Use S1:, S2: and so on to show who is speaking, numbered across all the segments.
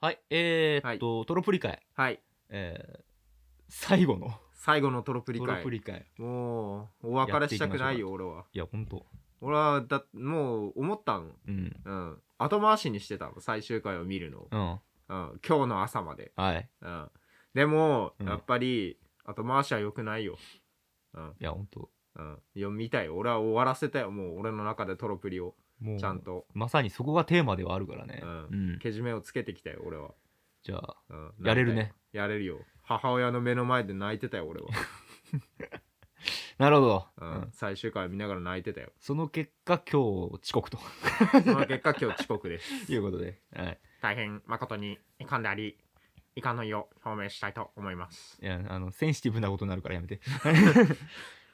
S1: はい、えー、っと、トロプリ会、
S2: はい
S1: えー、最後の
S2: 最後のトロプリ
S1: トロ
S2: 会
S1: プリ会。
S2: もうお別れしたくないよ俺はい
S1: や、ほんと。
S2: 俺はだもう思ったん
S1: うん。
S2: うん後回しにしてたの最終回を見るのを、
S1: うん。
S2: うん、今日の朝まで、
S1: はい。
S2: うん、でも、
S1: うん
S2: やっぱり後回しは良くないようん
S1: いや、ほんと。
S2: うん読みたい俺は終わらせたよもう俺の中でトロプリを
S1: もう、
S2: ちゃんと
S1: まさにそこがテーマではあるからね。
S2: うん
S1: うん、
S2: けじめをつけてきたよ俺は、
S1: じゃあ、
S2: うん、
S1: やれるね。
S2: やれるよ母親の目の前で泣いてたよ俺は、
S1: なるほど。
S2: う
S1: うんん、
S2: 最終回見ながら泣いてたよ
S1: その結果、今日遅刻と
S2: その結果今日遅刻です
S1: いうことで、はい。
S2: 大変誠に遺憾であり遺憾の意を表明したいと思います
S1: いや、あの、センシティブなことになるからやめて。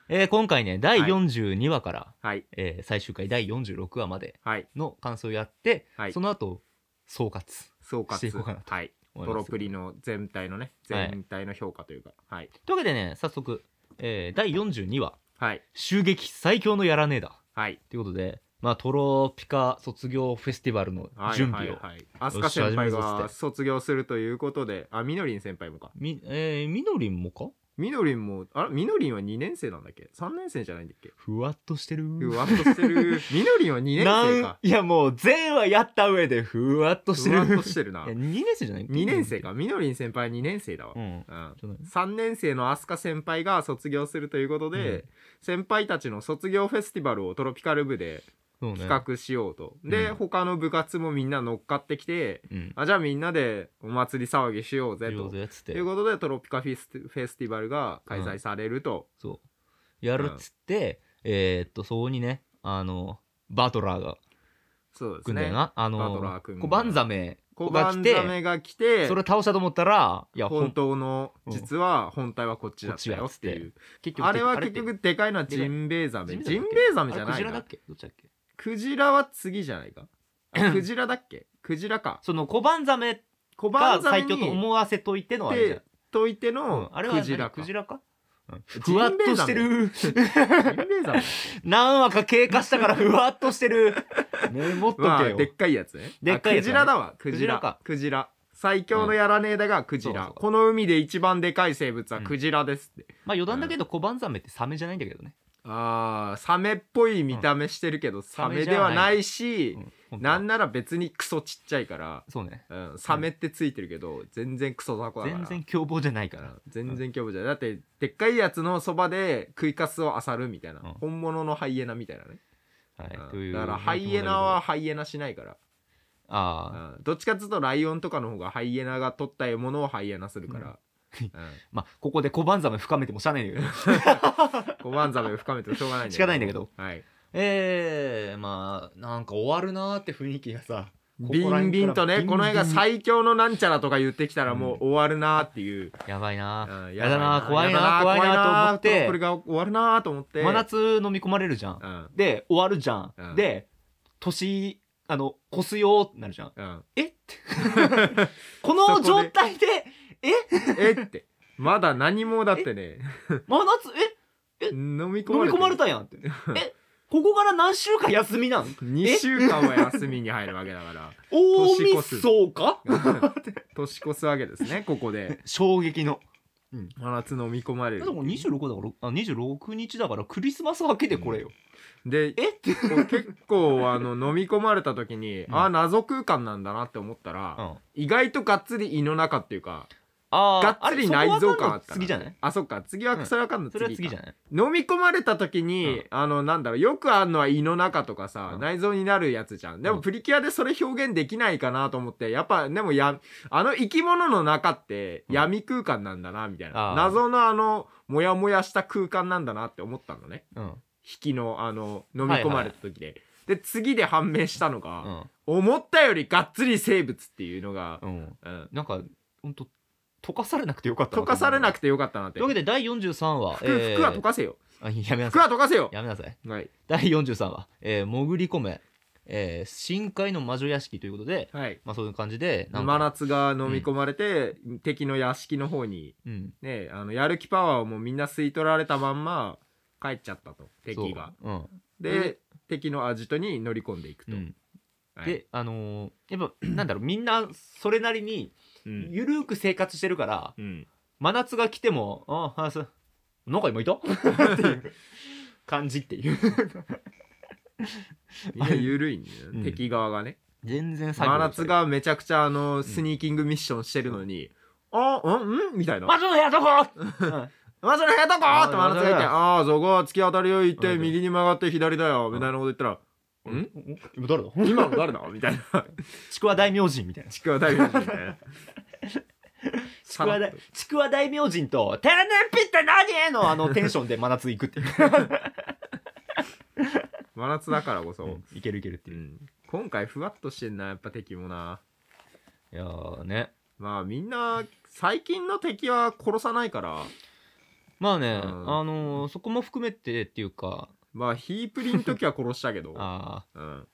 S1: えー今回ね、第42話から、
S2: はい
S1: えー最終回第46話まで
S2: はい
S1: の感想をやって、
S2: はい
S1: その後、総括
S2: 総
S1: していこうか
S2: 括
S1: な
S2: はい
S1: 思い
S2: ト
S1: ま
S2: ロ
S1: す。
S2: プリの全体のね
S1: はい
S2: 全体の評価というかはい
S1: というわけでね、早速、えー第42話、
S2: はい
S1: 襲撃最強のやらねえだ。
S2: はい
S1: ということで、まあ、トロピカ卒業フェスティバルの
S2: はい
S1: 準備を。
S2: はいはい飛鳥先輩
S1: よし始めるぞっ
S2: が
S1: つって
S2: 卒業するということであみのりん先輩もか
S1: み、えーみのりんもか
S2: みのりんもあらみのりんは2年生なんだっけ3年生じゃないんだっけ
S1: ふわっとしてる。
S2: ふわっとして るみのりんは2年
S1: なん
S2: 生か
S1: いや、もう、全話やった上で、ふわっとして
S2: ふ
S1: る。
S2: わっ としてる な
S1: 2年生じゃない
S2: 2年生。かみのりん先輩2年生だわ
S1: うん。
S2: うん
S1: じゃない
S2: 3年生の飛鳥先輩が卒業するということで、
S1: うん
S2: 先輩たちの卒業フェスティバルをトロピカル部で
S1: そうね。
S2: 企画しようと、
S1: うん
S2: で、
S1: うん
S2: 他の部活もみんな乗っかってきて
S1: うん。
S2: あじゃあみんなでお祭り騒ぎしようぜ
S1: 上
S2: と
S1: 手やつって
S2: という。ことでトロピカフェステフェスティバルが開催されると、
S1: そう。やるっつって、えーっと、そこにね、あの、バトラーが
S2: そうです
S1: 来んだ
S2: ね
S1: よな。あ
S2: バトラー
S1: の、
S2: 君が
S1: コバンザメ
S2: 小
S1: が来
S2: 判
S1: て、
S2: ザメが来て
S1: それを倒したと思ったら、いや、ほん
S2: 本当の
S1: うん
S2: 実は本体はこっちだったよっていう
S1: 結
S2: あれは
S1: って
S2: 結局でかいのはジンベエザ
S1: で
S2: メ
S1: かい
S2: ジンベエザ
S1: あ
S2: メ
S1: れ
S2: じゃ
S1: ク
S2: な
S1: ジ
S2: い
S1: ラだ
S2: な
S1: っけどっちだっけ
S2: クジラは次じゃないか あクジラだっけクジラか
S1: そのコバンザメ
S2: 小判
S1: が
S2: ザメ
S1: 最強と
S2: に
S1: 思わせといてのあれじゃん
S2: でといて
S1: うん
S2: の
S1: あれは
S2: ク
S1: 何
S2: ジラか
S1: クジ
S2: ジ
S1: ラかうん
S2: ジ
S1: ふ
S2: ンベエ
S1: わ
S2: ザ
S1: っ
S2: メ
S1: としてる
S2: ンベエザメ
S1: 何話か経過したからふわっとして るメモっと
S2: ま
S1: け
S2: あ
S1: よ
S2: でっかいやつね
S1: でっかいやつ
S2: あクジラだわク
S1: ジラ
S2: ジラ
S1: か
S2: クジラ最強のやらねえだがクジ
S1: そう
S2: ラ、
S1: そう
S2: この海で一番でかい生物はクジラですって、
S1: まあ余談だけどコバンザメってサメじゃないんだけどね
S2: あーサメっぽい見た目してるけど、サメではないし、
S1: うん
S2: なんなら別にクソちっちゃいから、
S1: そうね
S2: うん、サメってついてるけど全然クソ雑魚だから
S1: 全然凶暴じゃないか
S2: う
S1: ら
S2: ん全然興味じゃないだってでっかいやつのそばで食いかすを漁るみたいな、
S1: うん
S2: 本物のハイエナみたいなね、
S1: はい
S2: うん
S1: という
S2: だからハイエナはハイエナしないから、う
S1: ああ
S2: んどっちかっていうとライオンとかの方がハイエナが取った獲物をハイエナするから、うん
S1: まあここでコバンザメ深めてもしゃあないん だけど
S2: こうワンザメを深めてもしょうがないんだ
S1: 仕方ないんだけど
S2: はい
S1: ええまあなんか終わるなーって雰囲気がさここら
S2: ビ
S1: 辺から
S2: ンビンとね
S1: ビンビン
S2: この映画最強のなんちゃらとか言ってきたらもう終わるなーっていう、
S1: やばいな
S2: う
S1: ー
S2: ん
S1: やだなー
S2: ば
S1: 怖いなー怖いなーと思っ
S2: こ
S1: て
S2: れが終わるなーと思って
S1: 真夏飲み込まれるじゃん
S2: うん
S1: で終わるじゃん、
S2: うん
S1: で年あの越すよーってなるじゃん
S2: うん、
S1: えって この
S2: そこで
S1: 状態で
S2: えってまだ何もだってね
S1: 真夏え
S2: 飲み込
S1: 飲
S2: ま
S1: み込
S2: れ
S1: まれたやんってえここから何週間休み なん
S2: 2週間は休みに入るわけだから
S1: 大
S2: 年
S1: 晦
S2: 越す
S1: 日か
S2: 年越すわけですねここで
S1: 衝撃の
S2: 真夏飲み込まれ
S1: で
S2: る
S1: も26だからあ26日だからクリスマス明けでこれよ、
S2: で
S1: えって
S2: こう結構あの飲み込まれた時に、
S1: ん
S2: ああ謎空間なんだなって思ったら、
S1: あ
S2: 意外とがっつり胃の中っていうか
S1: あ
S2: がっつり内臓感あったな
S1: 次じゃない
S2: あそっか次はそれはかんの、
S1: それは次じゃない
S2: 飲み込まれた時に、
S1: うん
S2: あのなんだろうよくあんのは胃の中とかさ、
S1: うん
S2: 内臓になるやつじゃんでも
S1: うん
S2: プリキュアでそれ表現できないかなと思ってやっぱでもやあの生き物の中って
S1: うん
S2: 闇空間なんだなみたいな、
S1: あー
S2: 謎のあのモヤモヤした空間なんだなって思ったのね
S1: うん
S2: 引きのあの飲み込まれた時で、で次で判明したの
S1: う
S2: が、
S1: ん
S2: 思ったよりがっつり生物っていうのが、
S1: うん
S2: うん、
S1: なんかほんと溶かされなくてよかった
S2: 溶かされな
S1: く
S2: くてよかったなって
S1: というわけで第43話
S2: 服服は溶
S1: か
S2: かせよ
S1: やめな
S2: 服
S1: さい
S2: は溶かせよ
S1: やめなさい
S2: はい
S1: 第43話、えー潜り込め、えー深海の魔女屋敷ということで
S2: はい
S1: まあそういう感じでなん
S2: 真
S1: か、
S2: 夏が飲み込まれて、敵の屋敷の方に
S1: うん、
S2: ねあのやる気パワーをもうみんな吸い取られたまんま帰っちゃったと敵が
S1: そう、
S2: で敵のアジトに乗り込んでいく
S1: う
S2: と、
S1: んうん、
S2: はい
S1: であのーやっぱなんだろうみんなそれなりに
S2: うん
S1: ゆるく生活してるから、
S2: うん
S1: 真夏が来ても「ああそうなんか今いた? 」っていう感じっていう
S2: みんな緩いんだよね、
S1: うん
S2: 敵側がね
S1: 全然
S2: 真夏がめちゃくちゃあのスニーキングミッションしてるのに、あうんうんみたいな
S1: 魔女の部屋どこ、うん
S2: まあその辺どこ
S1: あー
S2: って真夏が言って、
S1: なるほ
S2: ああー、そこは突き当たりを行っ
S1: う
S2: て、
S1: ん
S2: 右に曲がって左だよ、
S1: ん
S2: みたいなこと言ったら、ん
S1: ん今誰だ
S2: 今の誰だみたいな。
S1: ちくわ大明神みたいな。ち
S2: ちくわ大名人みたい な。
S1: ちくわ大ちくわ大明神と、天然ピって何のあのテンションで真夏行くっていう。
S2: 真夏だからこそ、
S1: いけるいけるって
S2: う
S1: いう。
S2: ん今回ふわっとしてんな、やっぱ敵もな。
S1: いやーね。
S2: まあみんな、最近の敵は殺さないから、
S1: まあね、
S2: ん
S1: あのーそこも含めてっていうか、
S2: まあヒープリの時は殺したけど、
S1: あ
S2: うん、
S1: ー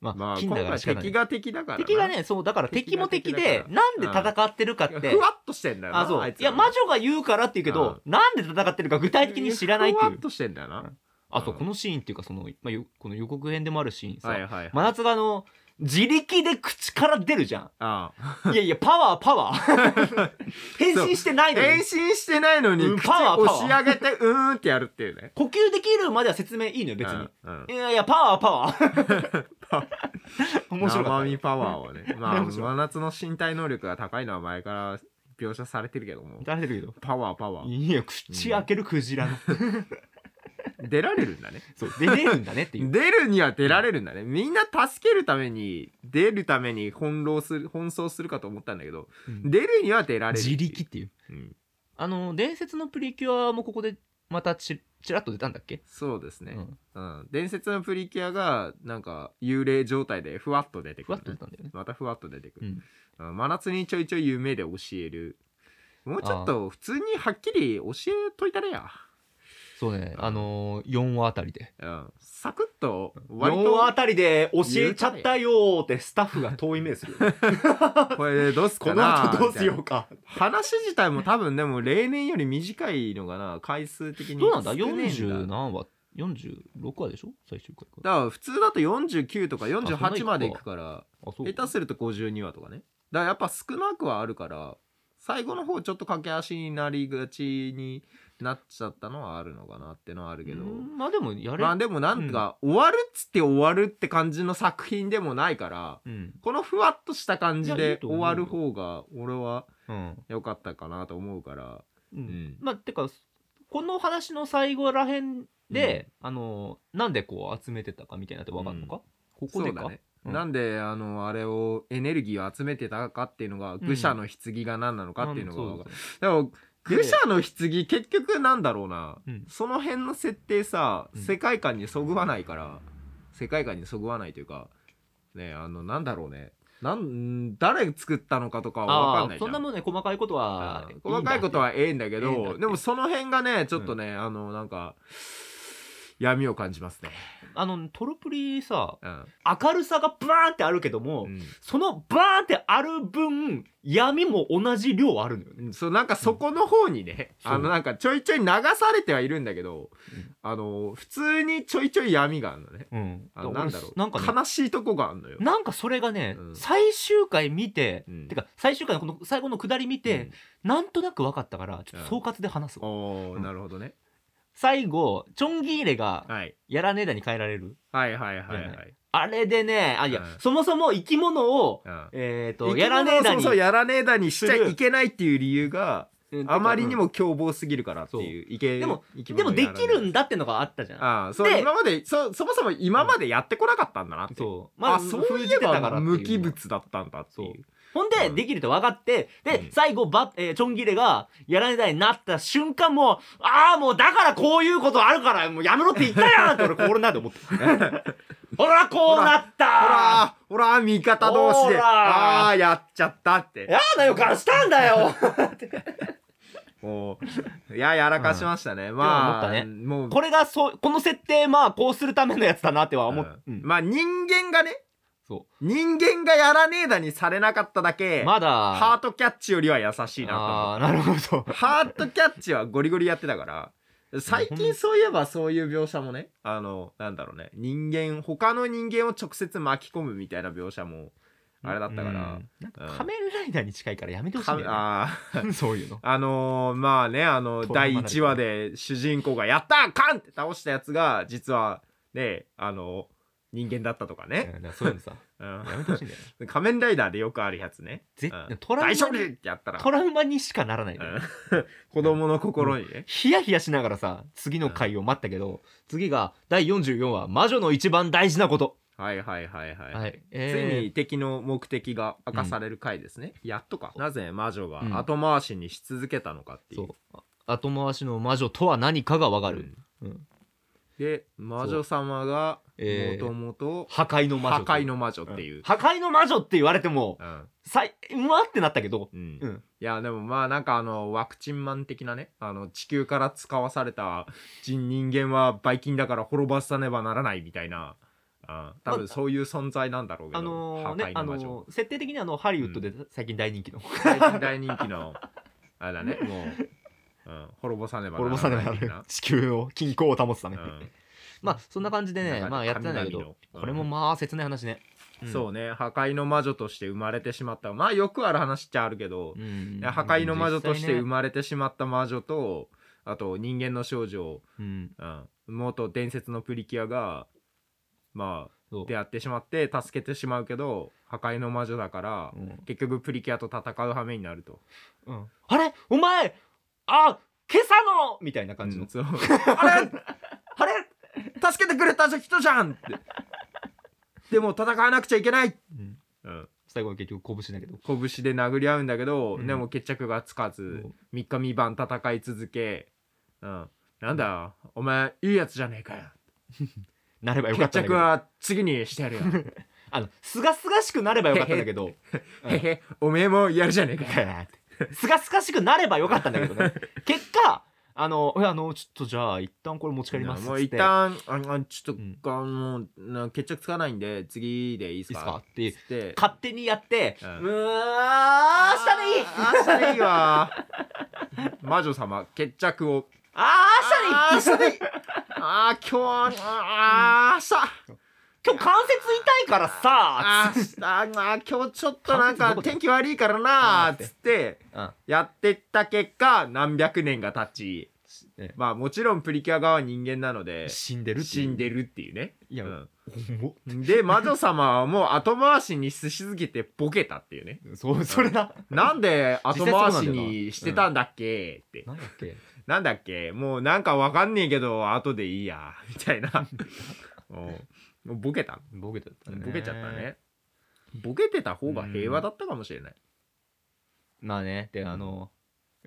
S1: ま
S2: ま
S1: あ、
S2: あ
S1: 金だ
S2: 今
S1: から
S2: 回
S1: 仕方ない
S2: 敵が敵だからな。
S1: 敵がね、そう、だから敵
S2: 敵
S1: も
S2: が
S1: 敵
S2: 敵
S1: で
S2: だ、から
S1: なんで戦ってるかって
S2: ふ、わっとしてんだよな。
S1: あ、そう。い
S2: つら
S1: や、魔女が言うからって言うけど、なんで戦ってるか具体的に知らないって
S2: ふ
S1: い
S2: わっ
S1: う。
S2: としてんだよな。
S1: あと、
S2: うん
S1: このシーンっていうか、その、まあ、よこの予告編でもあるシーンさ、
S2: はいはい。
S1: 真夏があの、自力で口から出るじゃ ん。
S2: ああ
S1: いやいや、パワー、パワー。 変身してないの
S2: 変
S1: に
S2: 身。してないのに
S1: うん
S2: 口
S1: パワー
S2: 押し上げてうーんってやるっていうね
S1: 呼吸できるまでは説明いいのよ、別に。
S2: うんうん
S1: いやいや、パワー、パワー。 面白か
S2: 生
S1: っ
S2: 身パワーを ねまあ
S1: 面白か
S2: 真夏の身体能力が高いのは前から描写されてるけども
S1: た。出せるけど。
S2: パワーパワー
S1: いや、口開けるクジラの。
S2: 出られるんだね
S1: そう、出れるんだねっていう。
S2: 出るには出られるんだねみんな助けるために出るために翻弄する奔走するかと思ったんだけど
S1: うん
S2: 出るには出られるってい
S1: 自
S2: う
S1: 力っていう。
S2: うん
S1: あの、伝説のプリキュアもここでまたちちらっと出たんだっけ、
S2: そうですね
S1: う、ん。
S2: うん、伝説のプリキュアがなんか幽霊状態でふわっと出て
S1: ふ
S2: く
S1: わ
S2: る
S1: っ
S2: ね、
S1: と出たんだよね。
S2: またふわっと出てくる
S1: うん。
S2: うん真夏にちょいちょい夢で教えるもうちょっと普通にはっきり教えといたれや、
S1: そうね、あのー、4話あたりで。
S2: うん、サクッと割
S1: 4話あ
S2: と
S1: たりで教えちゃったよーってスタッフが遠い目するよ。
S2: これどうす
S1: こ
S2: か
S1: の
S2: な
S1: 後どうしよ
S2: み
S1: うか。
S2: たいな話自体も多分でも例年より短いのかな回数的に
S1: どうなんだ
S2: 少ねえ
S1: ?40
S2: だ
S1: 何話 ?46 話でしょ最終回から。
S2: だから普通だと49とか
S1: あそんな行く
S2: 48
S1: か
S2: までいくから
S1: あ、そう。
S2: 下手すると52話とかねだからやっぱ少なくはあるから最後の方ちょっと駆け足になりがちになっちゃったのはあるのかなってのはあるけど、
S1: うんまあでもやれ、
S2: まあでもなんか、終わるっつって終わるって感じの作品でもないから、
S1: うん。
S2: このふわっとした感じ
S1: いやいい
S2: で
S1: と思う
S2: 終
S1: よ
S2: わる方が俺は
S1: うん。
S2: 良かったかなと思うから、
S1: う。
S2: うんん
S1: まあ、てか、この話の最後らへんで、あのー、なんでこう集めてたかみたいなってわかるのか、ここ
S2: そ
S1: で
S2: うだ
S1: か、
S2: ね。
S1: うん
S2: なんであのあれをエネルギーを集めてたかっていうのが、愚者の棺が何なのかっていうのが
S1: うんそ
S2: 分
S1: う
S2: かる、
S1: ですね
S2: でも愚者の棺結局なんだろうな、
S1: うん
S2: その辺の設定さ
S1: うん
S2: 世界観にそぐわないから、世界観にそぐわないというかねあのなんだろうねなん誰作ったのかとかは分かん
S1: あ
S2: ない
S1: あ、
S2: じゃ
S1: そ
S2: ん
S1: んなもんね、細かいことは
S2: う
S1: いいん
S2: ん
S1: だ。
S2: 細かいことはええんだけ
S1: ええんだっ
S2: ど
S1: て
S2: でもその辺がねちょっとね、あのなんか闇を感じますね、
S1: あの、トロプリさ、
S2: うん
S1: 明るさがバーンってあるけども、そのバーンってある分、闇も同じ量あるのよね。
S2: うんそうなんかそこの方にね、
S1: うん
S2: あ
S1: そう
S2: のなんかちょいちょい流されてはいるんだけど、
S1: うん
S2: あの普通にちょいちょい闇があるのね
S1: うん。
S2: あのなんだろう
S1: なんかね、
S2: 悲しいとこがあるのよ、
S1: なんかそれがね、
S2: うん
S1: 最終回見て、
S2: うん
S1: てか最終回のこの最後の下り見て、なんとなく分かったからちょっと総括で話す、
S2: うんおー
S1: うん
S2: なるほどね、
S1: 最後チョンギーレが
S2: はい、
S1: やらねえだに変えられる
S2: はいはいはいはい
S1: いやあれでねあいや、
S2: うん
S1: そもそも生き物を
S2: うん
S1: えっ、と
S2: 生き物
S1: やらねえだ
S2: そう
S1: に
S2: そうやらねえだにしちゃ
S1: する
S2: いけないっていう理由が
S1: うん
S2: あまりにも凶暴すぎるからっていういけ
S1: でも
S2: 生き
S1: で
S2: 物
S1: も
S2: を
S1: で
S2: やらね
S1: き
S2: え
S1: るんだってのがあったじゃん
S2: ああそう
S1: で
S2: 今までそそもそも今までやってこなかったんだなって、
S1: そう
S2: あそういえば無機
S1: 機
S2: 物だったんだっていう
S1: ほんで、
S2: うん
S1: できると分かって、で、
S2: うん
S1: 最後、ば、えーチョンギレが、やられたになった瞬間も、ああ、もうだからこういうことあるから、もうやめろって言ったやんって俺、これなんで思 った。ほら、こうなった
S2: ほらーほらー味方同士で
S1: ほらー
S2: ああやっちゃったって
S1: やな予感したんだよ
S2: もういややらかしましたね、ま
S1: って思
S2: あ
S1: ったね
S2: もう
S1: これがそう、この設定、まあ、こうするためのやつだなっては思う。
S2: う
S1: うんん
S2: まあ人間がね
S1: そ
S2: 人間がやらねえだにされなかっただけ、
S1: う。まだ、
S2: ハートキャッチよりは優しいなと思
S1: あーなるほど。
S2: うハートキャッチはゴリゴリやってたから最近そういえばそういう描写もねあのなんだろうね人間他の人間を直接巻き込むみたいな描写もあれだったから、
S1: うんなんか仮面ライダーに近いからやめてほしい
S2: か
S1: んだよね、
S2: あ ー
S1: そういうの
S2: あのーまあねあの
S1: トラウ
S2: 第
S1: マだけ
S2: 1話で主人公が「やったカン!」って倒したやつが実はねあの人間だったとか
S1: うん
S2: ね、
S1: だからそういうの さ
S2: うん
S1: や めてほしいんだよね
S2: 仮面ライダーでよくあるやつね
S1: 絶
S2: うん
S1: トラウマ
S2: 大
S1: に
S2: 勝利ってやったら
S1: トラウマにしかならないのよ、
S2: うん 子供の心にね、
S1: ヒヤヒヤしながらさ次の回を待ったけど、次が第44話「魔女の一番大事なこと
S2: はいはいはいは」い、
S1: はい、
S2: つい
S1: え
S2: に敵の目的が明かされる回ですね、やっとかなぜ魔女
S1: うん
S2: が後回しにし続けたのかって
S1: ー
S2: いう,、
S1: そうあ後回しの魔女とは何かがわかる、
S2: うん
S1: うん
S2: で魔女様が
S1: え
S2: も
S1: ー
S2: ともと
S1: 破壊の魔
S2: 破
S1: 女
S2: 壊の魔女っていう、
S1: 破壊の魔女って言われても
S2: うん
S1: さいうわってなったけど
S2: うん
S1: うん
S2: いやでもまあなんかあのワクチンマン的なねあの地球から使わされた人人間はばい菌だから滅ぼさねばならないみたいな、うん、多分そういう存在なんだろうけど、
S1: あのーね
S2: 破
S1: あ
S2: 壊の魔女、
S1: のー設定的にはあのハリウッドで最近大人気の、
S2: 最近大人気のあれだ ねもう、うん、滅ぼさねば
S1: 滅ぼさねばならない
S2: な
S1: 地球を均衡を保つため、
S2: らないみたいな、うん
S1: まあそんな感じ でね
S2: なんか
S1: まあやってたんだけ
S2: 神
S1: ど
S2: 々の
S1: これもまあ切ない話ね、
S2: うんそうね破壊の魔女として生まれてしまったまあよくある話っちゃあるけど、
S1: うん
S2: 破壊の魔女として生
S1: ま、
S2: まれてしまった魔女とあと人間の少女、
S1: うん
S2: うん、元伝説のプリキュアがま
S1: そ
S2: あ
S1: う
S2: 出会ってしまって助けてしまうけど破壊の魔女だから、
S1: うん
S2: 結局プリキュアと戦う羽目になると
S1: うん、あれお前あ今朝のみたいな感じの、
S2: うんそう あれ
S1: あれ
S2: 助けてくれた人じゃんって でも戦わなくちゃいけない、
S1: うん
S2: うん、
S1: 最後は結局拳だけど
S2: 拳で殴り合うんだけど、
S1: うん
S2: でも決着がつかず
S1: そう
S2: 3日3晩戦い続け、うん、なんだお前いいやつじゃねえかよ
S1: なればよかった
S2: 決
S1: んだ
S2: 着
S1: けど
S2: は次にしてやるよ
S1: あのすがすがしくなればよかったんだけどうん
S2: へへおめえもやるじゃねえかよ
S1: すがすがしくなればよかったんだけど ね結果あのいやあのちょっとじゃあ一旦これ持ち帰りますっつ
S2: も
S1: っ
S2: う
S1: て
S2: 一旦ああちょっと、
S1: うん
S2: あもうな決着つかないんで次でいいっ
S1: い
S2: す
S1: いっす
S2: か
S1: かって
S2: つって
S1: 勝手にやって、う
S2: うん
S1: ーあ
S2: あ
S1: ーしたでいい
S2: ー明日でいいわ 魔女様決着を
S1: あ
S2: あ
S1: ー
S2: ー
S1: したでいい
S2: あー今日あーさ
S1: 今日関節痛いからさ
S2: あーあーあー今日ちょっとな
S1: 関
S2: ん
S1: 節ど
S2: か
S1: こだ
S2: 天気悪いからなーっつって
S1: うん
S2: やってった結果何百年が経ち
S1: ね
S2: まあもちろんプリキュア側は人間なので
S1: 死んでるっていう
S2: 死んでるっていうね
S1: いや、
S2: うん
S1: 重っ
S2: で魔女様はもう後回しにしすぎてボケたっていうね
S1: そうそれだ
S2: なんで
S1: 実際
S2: 後回し
S1: そうなんだよな
S2: にしてたんだっけって
S1: なんだっけ
S2: なんだっけもうなんかわかんねえけど後でいいやみたい なうんもうボケた
S1: ボケちゃったね
S2: ボケちゃったねボケてた方が平和だったかもしれない、
S1: まあねであの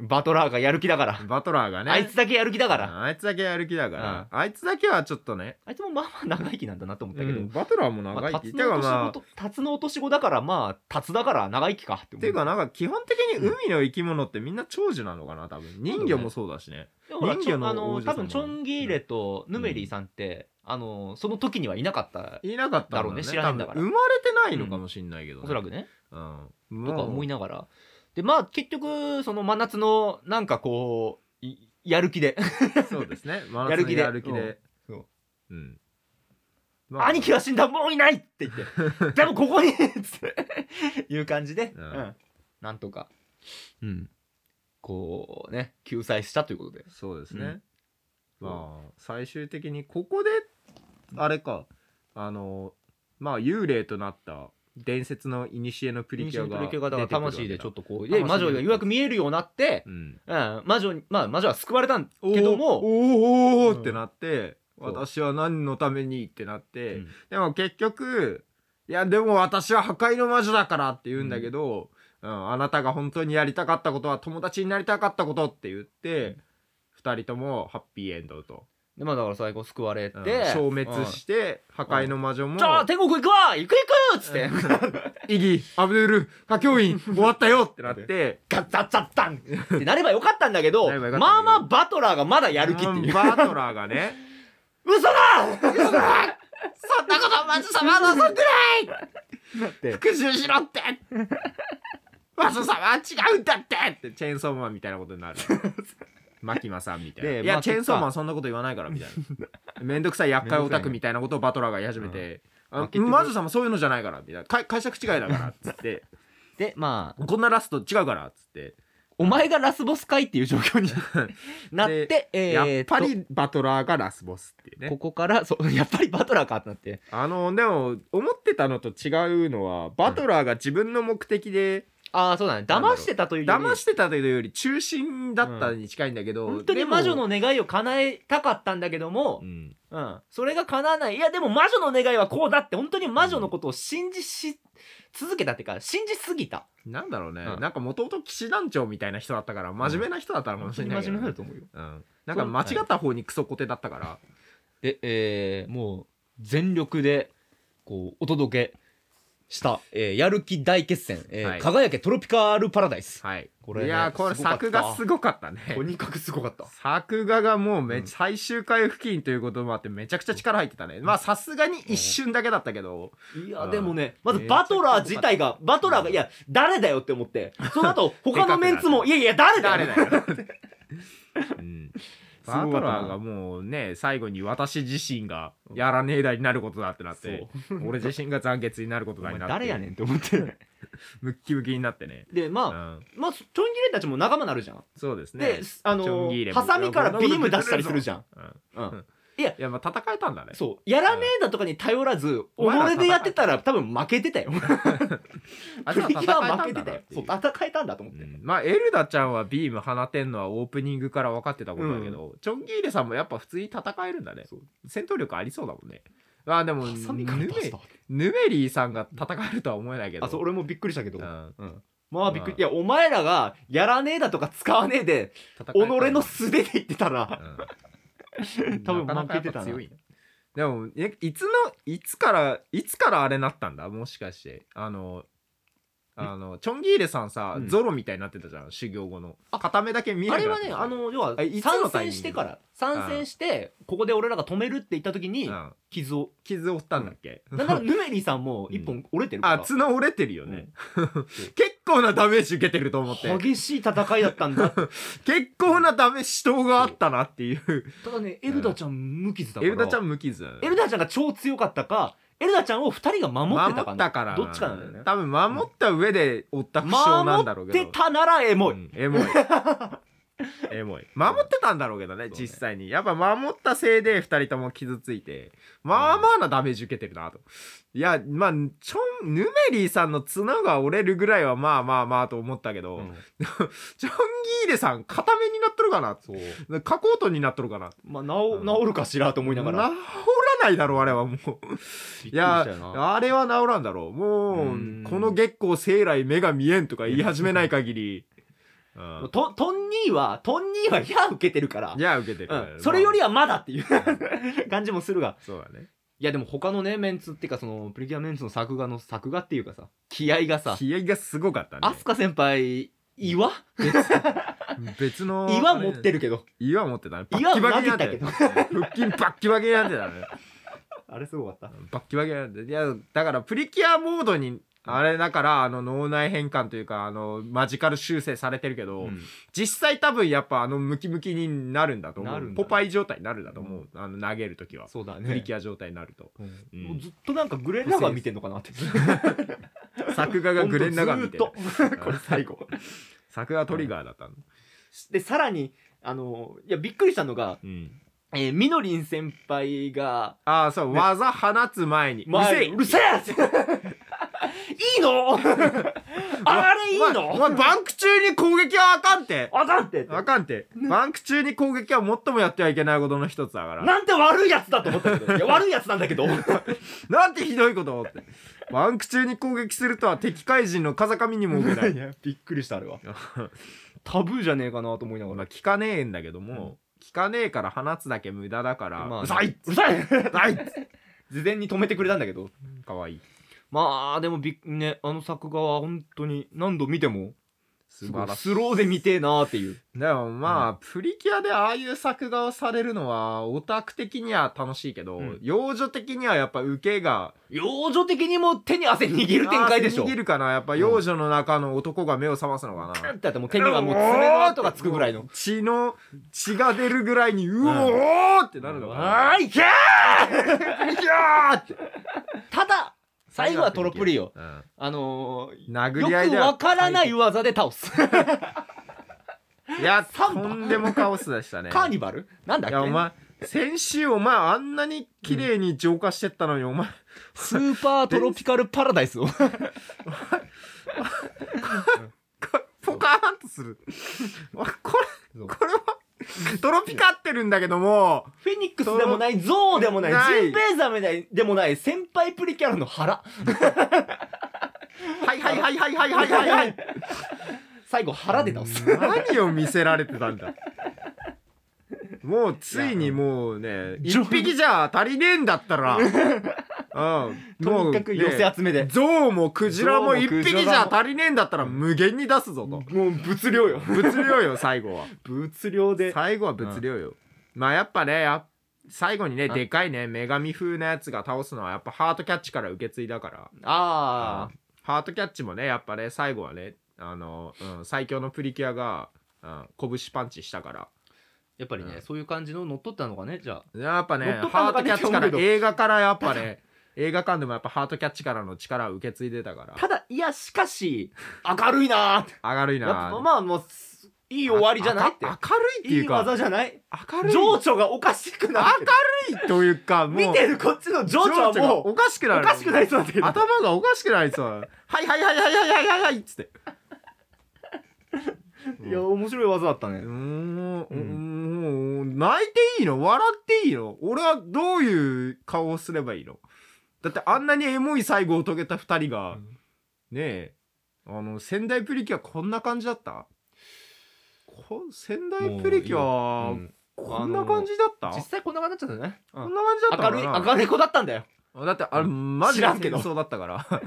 S1: バトラーがやる気だから、
S2: バトラーがね
S1: あいつだけやる気だ
S2: だ
S1: から、
S2: あいつだけやる気だから、あいつだけはちょっとね、
S1: あいつもまあまあ長生きなんだなと思った
S2: だ
S1: け
S2: け
S1: ど、
S2: どバトラーも
S1: ま
S2: 長
S1: あ、
S2: 生
S1: タツ
S2: き、
S1: の
S2: てかま
S1: 落と
S2: あ
S1: し子タツの落とし子だからまあタツだから長生きかって思
S2: ていうかなんか基本的に海の生き物ってみんな長寿なのかな多分人魚もそうだしね
S1: でもほら
S2: 人魚の
S1: ちょあの
S2: 王女様
S1: 多分チョンギーレとヌメリーさんって、あのその時にはいなかった、
S2: いなかったんだろうね
S1: だろうね知らないんだから
S2: 多分生まれてないのかもしんないけど、ね
S1: おそらくね、
S2: うん
S1: とか思い
S2: な
S1: ながらでまあ結局その真夏のなんかこういやる気で
S2: そうですね
S1: やる気で
S2: 真夏のやる気で
S1: うんそう
S2: うんま あ
S1: 兄貴が死んだもういないって言 ってでもここにつっていう感じで、
S2: うん
S1: うんなんとか、うん、こうね救済したということで
S2: そうですね、まあ最終的にここであれかあのまあ幽霊となった伝説の古のプ
S1: プ
S2: リキュアが
S1: プリキュアがだから魂でちょっ
S2: と、
S1: とこう
S2: 魂
S1: で魔女がようやく見えるようになって、
S2: うん、
S1: うん、魔女にまあ魔女は救われたんけど
S2: お
S1: も、
S2: ーおーおー
S1: うん
S2: ってなって、
S1: そう
S2: 私は何のためにってなって、
S1: うん
S2: でも結局いやでも私は破壊の魔女だからって言うんだけど、うんあなたが本当にやりたかったことは友達になりたかったことって言って、二人ともハッピーエンドと、
S1: でまあだから最後救われて、
S2: うん消滅して、破壊の魔女
S1: うん
S2: も
S1: じゃあ天国行くわ行く行くっつって、
S2: う
S1: ガ
S2: イギーアブドゥル歌教員終わったよってなって
S1: ッチャッチャッタン ってなればよかったんだけど
S2: なればよかったんだけど
S1: まあまあバトラーがまだやる気っていう、
S2: バトラーがね
S1: 嘘だ
S2: そんなこと魔女様は望んでない
S1: って
S2: 復讐しろって魔女様は違うんだってってチェーンソーマンみたいなことになる牧間さんみたいな。
S1: で
S2: い
S1: ま
S2: や、
S1: あ
S2: チェーンソーマンそんなこと言わないからみたいな。めんどくさい厄介オタクみたいなことをバトラーが言い始めて、
S1: ん
S2: あマジさんもそういうのじゃないからみたいな。か解釈違いだからっつって、
S1: でまあ
S2: こんなラスト違うからっつって。
S1: お前がラスボスかいっていう状況になってえ
S2: や
S1: ー
S2: っ
S1: と
S2: ぱりバトラーがラスボスっていうね
S1: こ。こからそう やっぱりバトラーかってなって
S2: あの、でも、思ってたのと違うのは、バトラーが自分の目的で、
S1: ああそうだね騙してたというより
S2: 騙してたというより中心だったに近いんだけど、
S1: 本当に
S2: でも
S1: 魔女の願いを叶えたかったんだけども
S2: う、ん
S1: うん、それが叶わないいやでも魔女の願いはこうだって本当に魔女のことを信じし続けたっていうか信じすぎた
S2: なんだろうね、
S1: うん
S2: なんかもともと騎士団長みたいな人だったから真面目な人だったのかもし
S1: 真面
S2: れない
S1: 目
S2: けど、
S1: になると思うよ
S2: うん、なんか間違った方にクソコテだったから
S1: で、えーもう全力でこうお届けした、えーやる気大決戦、えー
S2: はい
S1: 輝けトロピカルパラダイス、
S2: はい
S1: これね
S2: いやーこれ
S1: すごかった
S2: 作画すごかったね
S1: にかくすごかった
S2: 作画がもうめ、
S1: うん
S2: 最終回付近ということもあってめちゃくちゃ力入ってたねまあさすがに一瞬だけだったけど、
S1: いや
S2: うん
S1: でもねまず
S2: めちゃ
S1: バ
S2: くちゃ
S1: トラー自体がバトラーがいや誰だよって思ってその 後他のメンツもいやいや誰だよ
S2: 誰だよ、うん
S1: すごかっ
S2: バ
S1: たな
S2: トラーがもうね最後に私自身がやらねえだになることだってなって
S1: そう
S2: 俺自身が残月になること
S1: お
S2: だ
S1: 前
S2: になって
S1: 誰やねんって思 って
S2: ムッキムキになってね、
S1: で
S2: う
S1: まあ、
S2: ん、
S1: まあちょん切れたちも仲間なるじゃん、
S2: そうですね
S1: であ
S2: ちょん
S1: の
S2: 切れ
S1: ハサミからビーム出したりするじゃん、
S2: うん
S1: うん、
S2: いやまあ戦えたんだね
S1: そうやらねえだとかに頼らず
S2: お前ら
S1: 己でやってたら多分負けてた よ
S2: あ
S1: プ
S2: じゃあ
S1: リキ
S2: 戦
S1: ュ
S2: え
S1: ア
S2: た
S1: は
S2: ん
S1: 負け
S2: だ
S1: てた
S2: なっ
S1: よ
S2: てい
S1: そうう戦えたんだと思っ
S2: う
S1: て、
S2: んまあエルダちゃんはビーム放てんのはオープニングから分かってたことだけど、チョンギーレさんもやっぱ普通に戦えるんだね
S1: そう
S2: 戦闘力ありそうだもんねあでも
S1: ハサミ
S2: ヌ
S1: から出し
S2: メ
S1: たわ
S2: ヌメリーさんが戦えるとは思えないけど
S1: あそう俺もびっくりしたけど、
S2: うん
S1: うんまあびっくり、
S2: まあ
S1: いやお前らがやらねえだとか使わねえで
S2: 戦え
S1: 己
S2: たら
S1: の素手で言ってたら
S2: うん
S1: 多分
S2: なかなかやっ
S1: 負
S2: ぱ
S1: けてたな
S2: 強いでもえいつのいつからいつからあれなったんだもしかしてあのあのチョンギーレさんさ、
S1: うん
S2: ゾロみたいになってたじゃん修行後の片目だけ見え
S1: あ
S2: な
S1: れ
S2: くな
S1: は
S2: って
S1: ね
S2: た
S1: あの要は
S2: あいつの
S1: 参
S2: タイミ
S1: 戦
S2: ング
S1: してから参戦してここで俺らが止めるって言った時に
S2: うん
S1: 傷を
S2: 傷を負ったんだっけ、
S1: なん ならヌメリさんも一本折れてるから、
S2: あ角折れてるよね、 結構なダメージ受けてると思って
S1: 激しい戦いだったんだ た
S2: 結構なダメージ死闘があったなっていう
S1: だねエルダちゃん無傷だか
S2: エ
S1: ら
S2: ルダちゃん無傷だね
S1: エルダちゃんが超強かったかエルダちゃんを2人が守ってたか
S2: 守ったから
S1: どっちかなんだよね
S2: 多分守った上で負った負傷なんだろう
S1: 守っ
S2: けど
S1: てたならエモい、
S2: うんエ モいエモい守ってたんだろうけどね
S1: そうね
S2: 実際にやっぱ守ったせいで2人とも傷ついてまあまあなダメージ受けてるなと、いやまあちょんヌメリーさんの角が折れるぐらいはまあまあまあと思ったけど、
S1: うん
S2: ジョンギーレさん片目になっとるかな
S1: そう
S2: 加工トになっとるかな
S1: まあ治,、
S2: うん
S1: 治るかしらと思いながら
S2: 治らないだろうあれはもう
S1: びっくり
S2: い
S1: した
S2: や
S1: よな
S2: あれは治らんだろうもう
S1: うん
S2: この月光生来目が見えんとか言い始めない 限り、う、
S1: もうんトトンニーはトンニーはや受けてるから
S2: いや受けてる、
S1: うん、それよりはまだっていう 感じもするが
S2: そうだね
S1: いやでも他のねメンツっていうかそのプリキュアメンツの作画の作画っていうかさ気合がさ
S2: 気合がすごかったね
S1: アスカ先輩岩
S2: 別の
S1: 岩持ってるけど
S2: 岩持ってたねバッ
S1: 岩
S2: キバキにな
S1: 投
S2: っ
S1: げ
S2: て
S1: たけ
S2: る
S1: ど
S2: 腹筋バッキバキになってたね
S1: あれすごかった
S2: バッキバキなんでいやだからプリキュアモードにあれだからあの脳内変換というかあのマジカル修正されてるけど、実際多分やっぱあのムキムキになるんだと思
S1: な
S2: う、
S1: るんだ
S2: ポパイ状態になるんだと思う、あの投げる時は、
S1: そうだね
S2: プリキュア状態になると
S1: うん
S2: うん
S1: ずっとなんかグレンラガー見てんのかなって
S2: 作画がグレンラガーみたい
S1: ほんとずーっと これ最 後
S2: 作画トリガーだったの、
S1: でさらにあのいやびっくりしたのが、
S2: うん
S1: えー、みのりん先輩が
S2: ああそう、技放つ前に
S1: 「まあ、
S2: うるせえ
S1: うるせえ!」 っていいのあれいい
S2: お前お
S1: の
S2: 前バンク中に攻撃はあかんて
S1: あかんってって
S2: あかんてバンク中に攻撃は最もやってはいけないことの一つだから
S1: なんて悪いやつだと思ったけどいや悪いやつなんだけど
S2: なんてひどいことをってバンク中に攻撃するとは敵怪人の風上にも受けない
S1: びっくりしたあれ はタブーじゃねえかなと思いなが
S2: まあ
S1: ら
S2: 聞かねえんだけども、聞かねえから放つだけ無駄だから、
S1: まあ
S2: うざいう
S1: るさい
S2: ざい
S1: 事前に止めてくれたんだけど
S2: かわいい
S1: まあでもびっねあの作画は本当に何度見ても
S2: 素晴らしい
S1: スローで見てえなーっていう。
S2: でもまあ、プリキュアでああいう作画をされるのはオタク的には楽しいけど、
S1: うん
S2: 幼女的にはやっぱ受けが
S1: 幼女的にも手に汗握る展開でしょ。
S2: あー
S1: キ
S2: 逃げ
S1: ュ
S2: るかなやっぱ幼女の中の男が目を覚ますのかな、
S1: ンってやってもう手にはもう爪の跡がつくぐらいの。
S2: 血の血が出るぐらいにうおーってなるのかな、
S1: あーいけー
S2: いやーって
S1: ただ、最後はトロプリよ。
S2: うん
S1: あのー、
S2: 殴り合
S1: よ
S2: い
S1: く
S2: では
S1: わからない技で倒す。
S2: いや
S1: サンバ
S2: とんでもカオスでしたね
S1: カーニバルなんだっ
S2: い
S1: け
S2: やお前先週お前あんなに綺麗に浄化してったのに、お前
S1: スーパートロピカルパラダイ スを。
S2: ポカーンとするこれこれはトロピカってるんだけども
S1: フェニックスでもない、ゾウでもない、
S2: ない
S1: ジンベエザメでもないでもない、先輩プリキュアの腹。
S2: はいはいはいはいはいはいはいはい
S1: 最後腹で倒す。
S2: 何を見せられてたんだもうついにもうね
S1: いや
S2: 一匹じゃ足りねえんだったら、うん、
S1: とにかく寄せ集めで。
S2: ゾウもクジラも
S1: 象も
S2: 一
S1: クジ
S2: 匹
S1: ラも
S2: じゃ足りねえんだったら無限に出すぞと
S1: もう物量よ。
S2: 物量よ最後は
S1: 物量で。
S2: 最後は物量よ、まあやっぱねや最後にね
S1: あ
S2: でかいね女神風なやつが倒すのはやっぱハートキャッチから受け継いだから
S1: あ
S2: ハートキャッチもねやっぱね最後はねあの、うん、最強のプリキュアが、うん、拳パンチしたから
S1: やっぱりね、そういう感じの乗っ取ったのがね、じゃあ。
S2: やっぱ
S1: ロ
S2: ね
S1: ッド
S2: ハ
S1: パ
S2: ー
S1: ンが
S2: トキ
S1: ね
S2: ャッチから
S1: 興味
S2: 映画からやっぱね 映画館でもやっぱハートキャッチからの力を受け継いでたから
S1: ただ、いや、しかし、明るいなーって。
S2: 明るい
S1: や
S2: な
S1: っぱまあ、もう、すいい終わりじゃないって
S2: あ。明るいって
S1: い
S2: い
S1: いう
S2: か
S1: 技じゃない
S2: 明るい
S1: 情緒がおかしくなってる。
S2: 明るいというかもう
S1: 見てるこっちの情緒は
S2: 情緒が
S1: もう、
S2: おかしくな
S1: お
S2: る
S1: かしくなりそうになってる。
S2: 頭がおかしくなりそうはいはいはいはいはいはいはいはいっ つって
S1: いや、面白い技だったね
S2: う。んうんうん泣いていいの笑っていいの俺はどういう顔をすればいいのだってあんなにエモい最後を遂げた2人が、
S1: うん
S2: ねえあの仙台プリキュアこんな感じだったこ仙台プリキュア、
S1: うん
S2: こんな感じだった
S1: 実際こんな感じだったね。
S2: こんな感じだった
S1: 明
S2: か
S1: るい、
S2: な
S1: 明るい子だったんだよ。
S2: だってあれマジ
S1: 知
S2: で
S1: らんけ
S2: 戦
S1: ど
S2: 争だったから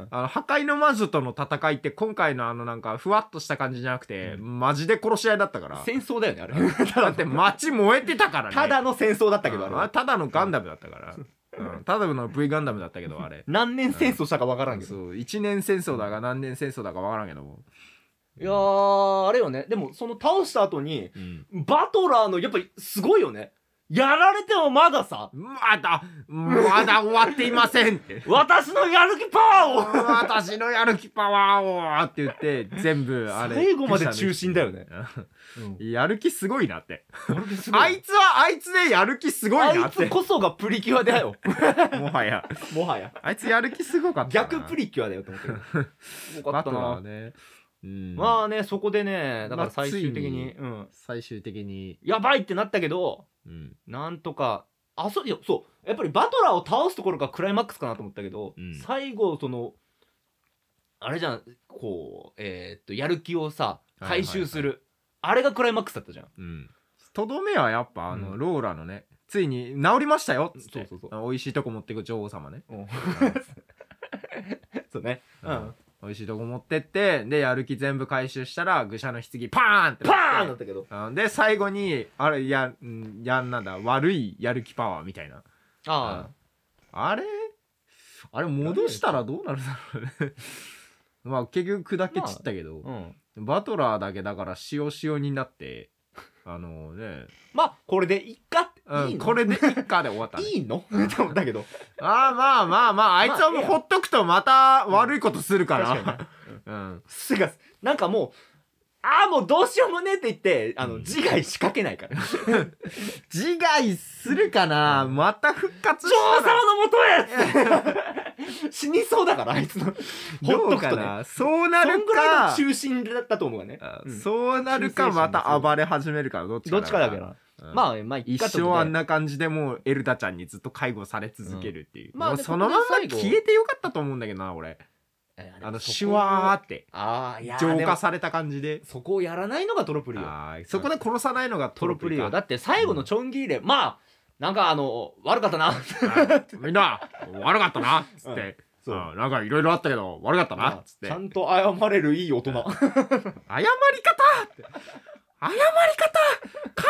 S1: うん
S2: あの破壊の魔女との戦いって今回のあのなんかふわっとした感じじゃなくて、
S1: う
S2: マジで殺し合いだった から
S1: 戦争だよね、あれ。
S2: だって街燃えてたからね
S1: ただの戦争だったけど、あれ
S2: あ
S1: は。
S2: ただのガンダムだったから、うんただの V ガンダムだったけどあれ
S1: 何年戦争したかわからんけ
S2: そ
S1: ど。
S2: う1年戦争だか何年戦争だかわからんけども、
S1: いやー、あれよね。でも、その倒した後に、バトラーの、やっぱりすごいよね。やられてもまださ、
S2: まだまだ終わっていませんって
S1: 私のやる気パワーを
S2: 私のやる気パワーをって言って全部あれ
S1: 最後まで中心だよね。
S2: うんやる気すごいなってあ
S1: あ
S2: い
S1: い
S2: つはあいつでやる気すごいな
S1: あい
S2: っ
S1: つ
S2: て
S1: こそがプリキュアだよ。
S2: もはや
S1: もはや。
S2: あいつやる気すごかったな
S1: 逆プリキュアだよと思 ってる。よか
S2: バ
S1: っ
S2: ト
S1: たな
S2: ラーは。ね、うん
S1: まあね、そこでね、だか
S2: まあ
S1: ら最終的に、
S2: つい
S1: うん、
S2: 最終的に、
S1: やばいってなったけど、
S2: うん
S1: なんとか、あ、そう、いやそう、やっぱりバトラーを倒すところがクライマックスかなと思ったけど、
S2: うん
S1: 最後、その、あれじゃん、こう、えーっと、やる気をさ、回収する、あれがクライマックスだったじゃん。
S2: うんとどめはやっぱあの、
S1: うん
S2: ローラのねついに治りましたよっつって
S1: そうそうそう
S2: あの美味しいとこ持ってく女王様ね、
S1: うん そうね。うん。
S2: うん美味しいとこ持ってってでやる気全部回収したら愚者の棺パーンって
S1: パーンだったけど。
S2: ーンで最後にあれやんやんなんだ悪いやる気パワーみたいな
S1: あ
S2: あれあれ戻したらどうなるだろうね まあ結局砕け散ったけど、
S1: あ。うん。
S2: バトラーだけだから塩塩になってあのね、
S1: まあ、これでいっかって。
S2: うん
S1: いいの
S2: これで一家で終わった、ね、
S1: いいのって思ったけど。
S2: ああまあまあまああいつはもう
S1: まあ
S2: ほっとくとまた悪いことするか
S1: 確かに
S2: ら、
S1: ね
S2: うん、
S1: すが、なんかもう、ああ、もうどうしようもねえって言って、あの、
S2: うん
S1: 自害仕掛けないから。女王
S2: 自害するかな、
S1: う
S2: また復活したら
S1: 様のもとへ 死にそうだから、あい つの。ほっ
S2: ど
S1: と
S2: う
S1: く
S2: か
S1: とね。
S2: なそうな
S1: そ
S2: る
S1: んぐらい
S2: か
S1: の中心だったと思うからね。
S2: あ
S1: うん
S2: そうなるかまた暴れ始めるからどっちか
S1: どっちかだけど
S2: な、
S1: な。
S2: うん
S1: まあ、まあ、いっ
S2: 一
S1: かってこ
S2: 生
S1: と
S2: あ
S1: で
S2: んな感じでもうエルダちゃんにずっと介護され続けるっていう、
S1: うんまあ
S2: もう
S1: で
S2: そのまんま
S1: ここで最後
S2: 消えてよかったと思うんだけどな俺
S1: えー
S2: あの
S1: そこ
S2: シュワーって
S1: ああ、いやー、
S2: 浄
S1: で
S2: 化
S1: も
S2: された感じで
S1: そこをやらないのがトロプリオ。
S2: あーそこで殺さないのが
S1: ト
S2: ト
S1: ロ
S2: ロ
S1: プ
S2: プ
S1: リ
S2: リ
S1: オ。
S2: オ
S1: だって最後のちょん切りで、まあ、なんかあの、悪かったな。
S2: みんな悪かったなっつって、
S1: そう
S2: うんなんかいろいろあったけど悪かったなっつって
S1: ちゃんと謝れるいい大人
S2: 謝り方って謝り方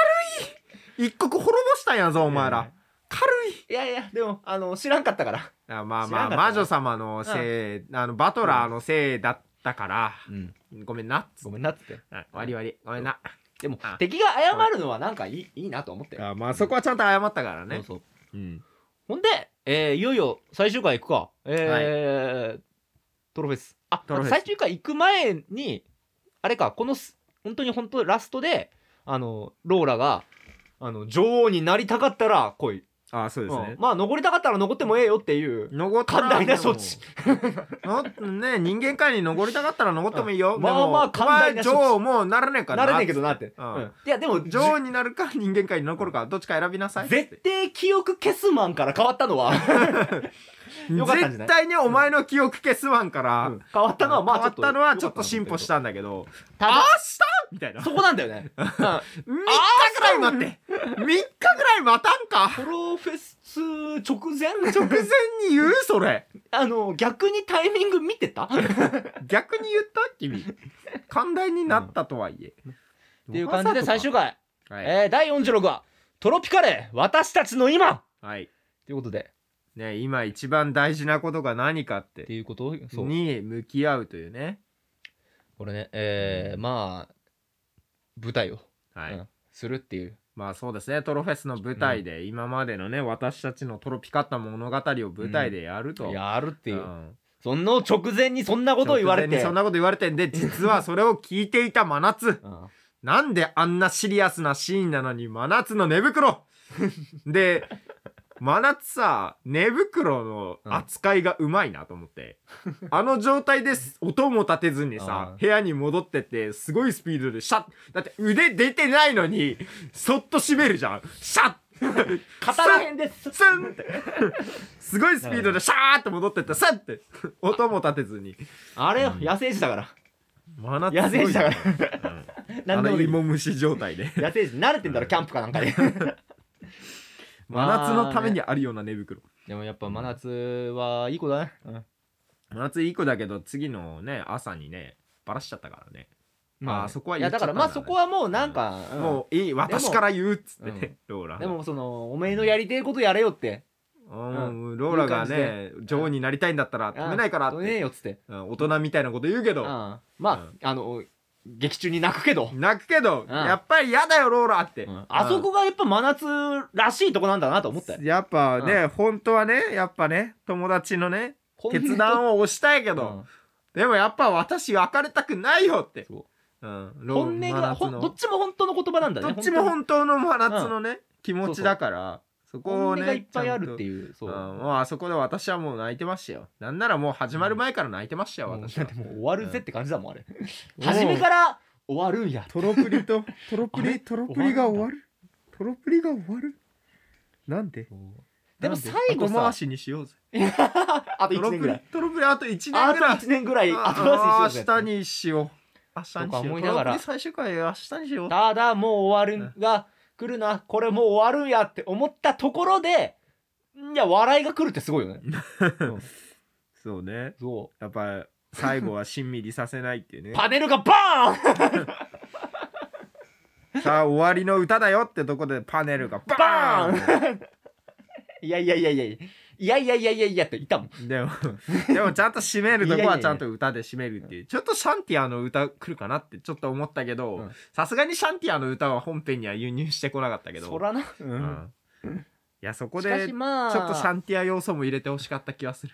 S2: 軽い一刻滅ぼしたんやぞお前ら軽い
S1: いやいやでもあの知らんかったから
S2: あまあ
S1: 知らな
S2: まあ
S1: かったね
S2: 魔女様のせい、あのバトラーのせいだったから、
S1: うん
S2: ごめんなっつ
S1: ごめんなっつって
S2: はい割り割りごめんな
S1: でも
S2: あ
S1: 敵が謝るのはなんかいいいいなと思って
S2: あまあそこはちゃんと謝ったからね
S1: そうそう
S2: うん
S1: ほんで、えーいよいよ最終回行くか。えートロフェス。あ、
S2: トロフェス
S1: 最終回行く前に、あれか、このす、本当に本当ラストで、あの、ローラが、あの、女王になりたかったら来い。
S2: あそうですね
S1: うん、まあ、残りたかったら残ってもええよっていう。
S2: 残ったら
S1: 寛大な処置。
S2: もうね人間界に登りたかったら登ってもいいよ
S1: うんまあまあ
S2: でも
S1: 寛大な
S2: お前女王もうならねえから
S1: なれねえけどなって。
S2: うん
S1: うんいや、でも、じ
S2: 女王になるか人間界に残るかどっちか選びなさい
S1: 絶対記憶消すマンから変わったのは、よかったんじゃない
S2: 絶対にお前の記憶消すわんから、
S1: うん変わったのはまあちょっと。
S2: 変わったのはちょっと進歩したんだけど
S1: ただ。
S2: みたいな
S1: そこなんだよ ね。うん
S2: 3日ぐらい待って3日ぐらい待たんか
S1: トロフェス直前
S2: 直前に言うそれ
S1: あの、逆にタイミング見てたっ
S2: 逆に言った君寛大になったとはいえ、
S1: ていう感じで最終回、
S2: はい、
S1: えー、第46話、トロピカレー、私たちの今
S2: はい、
S1: ということで、
S2: ね今一番大事なことが何かっ
S1: って
S2: て
S1: いうことそう。
S2: に向き合うというね
S1: これね、えー、まあ、舞台を、
S2: はい、
S1: うんするっていう。
S2: まあそうですねトロフェスの舞台で、今までのね私たちのトロピカった物語を舞台でやると、
S1: やるっていう。
S2: ん
S1: その直前にそんなことを言われ
S2: 直前
S1: て。
S2: にそんなこと言われてんで実はそれを聞いていた真夏
S1: うん
S2: なんであんなシリアスなシーンなのに真夏の寝 袋で真夏さ寝袋の扱いがうまいなと思って、あの状 態です音も立てずに
S1: あ
S2: さ
S1: ー
S2: 部屋に戻ってってすごいスピードでシャッだって腕出てないのにそっと閉めるじゃんシャッ
S1: 語らへんです。
S2: スンってすごいスピードでシャーって戻ってってスンって音も立てずに
S1: あれよ、
S2: うん
S1: 野生児だから。
S2: 真夏
S1: 野生児だから。
S2: ら、
S1: 何でも
S2: あの
S1: できる
S2: 芋虫状態で
S1: 野生児、慣れてんだろ、キャンプかなんかで。
S2: 真夏のためにあるような寝袋
S1: でもやっぱ真夏はいい子だね。
S2: 真夏いい子だけど次のね朝にねバラしちゃったからね、
S1: まあ、
S2: あーそこはい言
S1: や
S2: っちゃ
S1: だ
S2: った
S1: から
S2: ん
S1: まあ
S2: だ
S1: そこはもうなんか、うん
S2: もういい私から言うっつってね、ローラ
S1: でもそのおめえのやりてえことやれよって
S2: うんローラがね女王になりたいんだったら止めないからっ
S1: 止めねえ
S2: て、
S1: よっつって
S2: うん大人みたいなこと言うけ
S1: うん
S2: ど、
S1: まああの劇中に泣くけど
S2: 泣くけど、
S1: ん
S2: やっぱり嫌だよローラって、
S1: あそこがやっぱ真夏らしいとこなんだなと思ったよ
S2: やっぱね、本当はねやっぱね友達のね決断
S1: を
S2: を押したいけ
S1: け
S2: ど、でもやっぱ私別れたくないよって、
S1: そ
S2: うん、
S1: う
S2: ロー
S1: 本音
S2: 真
S1: が
S2: 夏
S1: ほん
S2: の
S1: どっちも本当の言葉なんだ
S2: ど
S1: ね
S2: っちも
S1: 当に
S2: 本当の真夏のね、気持ちだからそこ
S1: 本
S2: を
S1: 音
S2: ね
S1: がいっぱいあるって
S2: いう
S1: いうそう
S2: もうあそこで私はもう泣いてましたよなんならもう始まる前から泣いてましたよ、
S1: もう
S2: 私
S1: だ
S2: は
S1: ってもう終わるぜって感じだもんあれ
S2: うん
S1: 初めから終わるんや
S2: トロプリとトロ
S1: プリあれ
S2: トロ
S1: プリが終わ
S2: るトロプリが終わるなんで
S1: でも最後 さ
S2: しにしようぜ
S1: あと
S2: ト
S1: 1
S2: ロ
S1: 年
S2: プ
S1: ぐら
S2: リ
S1: い
S2: トロプリあと1年
S1: あ
S2: ぐ
S1: と
S2: らい
S1: 1年ぐらい後
S2: あ
S1: 回しにしようぜ
S2: ー明日にしよう明日
S1: とか
S2: にしよ
S1: 思
S2: う
S1: い
S2: ト
S1: な
S2: ロ
S1: が
S2: プ
S1: ら
S2: リ最終回明日にしよう
S1: ただもう終わるんが来るなこれもう終わるんやって思ったところでいや笑いが来るってすごいよねうん
S2: そうね
S1: そ
S2: やっぱ最後はしんみりさせないっていうね
S1: うパネルがバーン
S2: さあ終わりの歌だよってとこでパネルがバ
S1: バ
S2: ーン
S1: ーンいやいやいやいやいやいやいやいやいやいやっていたもん
S2: でもでもちゃんと締めるとこ
S1: いやいや
S2: はい
S1: や
S2: ちゃんと歌で締めるっていうちょっとシャンティアの歌来るかなってちょっと思ったけ
S1: う
S2: ど
S1: ん
S2: さすがにシャンティアの歌は本編には輸入してこなかったけど
S1: そらな、
S2: う
S1: うん
S2: んいやそこ
S1: しか
S2: で
S1: し
S2: ちょ
S1: まあ
S2: っとシャンティア要素も入れてほしかった気はする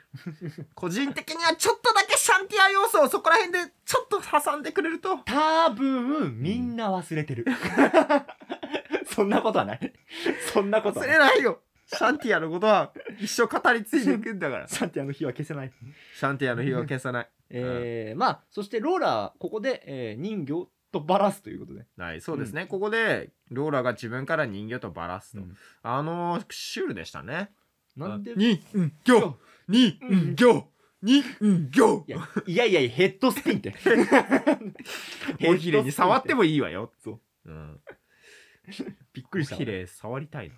S2: 個人的にはちょっとだけシャンティア要素をそこら辺でちょっと挟んでくれると
S1: 多分みんな忘れてる、 そんなことはないそんなこと
S2: 忘
S1: は
S2: れ
S1: ない
S2: ないよ シャンティアのことは一生語り継いでいくんだ から
S1: サンティアの火は消せない
S2: シャンティアの火を消さない。
S1: えーまあそしてローラーここで、えー人形とバラすということで、
S2: はい、そうですね、ここでローラが自分から人形とバラすと、
S1: うん
S2: あのーシュールでしたね
S1: なんで
S2: あ人形人形人
S1: い
S2: 形
S1: や、いやいやいや、ヘッドスピン って。
S2: おひれに触って
S1: も
S2: もいいわよ、
S1: そう
S2: ん、
S1: びっく
S2: お
S1: りした。
S2: ひれ触りたいな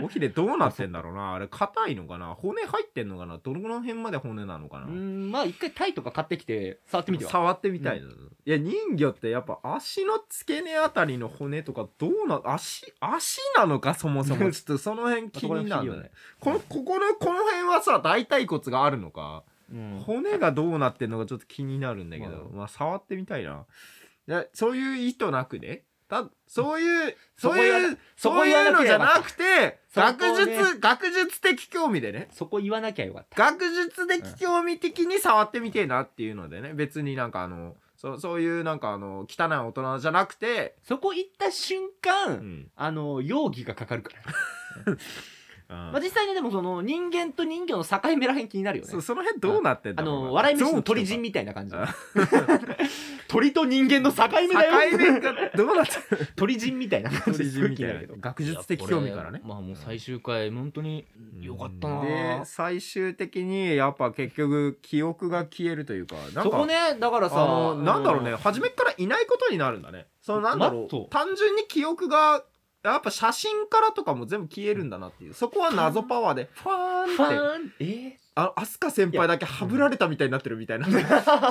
S2: 尾ひれどうなってんだろうなあれ硬いのかな骨入ってんのかなどの辺まで骨なのかな、
S1: うんまあ一回タイとか買ってきて触ってみては
S2: 触ってみたいな、いや人魚ってやっぱ足の付け根あたりの骨とかどうな足足なのかそもそもちょっとその辺気になるねこのここのこの辺はさ大腿骨があるのか、
S1: うん
S2: 骨がどうなってんのかちょっと気になるんだけど、
S1: う
S2: まあ触ってみたいないやそういう意図なくねたそういう
S1: そ
S2: そ
S1: こ
S2: う
S1: 言わ
S2: いう
S1: そ
S2: そ
S1: こ
S2: う
S1: 言わ
S2: いう
S1: な
S2: の
S1: き
S2: じ
S1: ゃ
S2: ゃ
S1: よか
S2: な
S1: っ
S2: くて
S1: そこね
S2: 学術、学術的興味でね
S1: たそこ言わなきゃよかった
S2: 学術的興味的に触ってみてえなっていうのでね別になんかあのそそういうなんかあの汚い大人じゃなくて、
S1: そこ行った瞬間、
S2: ん
S1: あの容疑がかかるから、まあ、
S2: あ
S1: 実際ねでもその人間と人魚の境目らへん気になるよね
S2: そその辺どうなってんだ
S1: あ
S2: ろうな
S1: の笑い飯の鳥人みたいな感じ鳥と人間の境目だよ
S2: 境目がどうなってる
S1: 鳥人みたいな感じ
S2: 鳥人みた
S1: すご
S2: いな
S1: い気にるけど
S2: 学術的興味から
S1: いや
S2: ね
S1: これまあもう最終回本当によかったな
S2: で最終的にやっぱ結局記憶が消えるというかなんか
S1: そこねだから
S2: あ
S1: さ
S2: のなんだろうね
S1: あの
S2: 初めっからいないことになるんだねそのなんだろ
S1: マット
S2: う単純に記憶がやっぱ写真からとかも全部消えるんだなっていうそこは謎パワーでファ
S1: フ
S2: ーンっ
S1: ァ
S2: て
S1: ン え
S2: あアスカ先輩だけはぶられたみたいになってるみたいな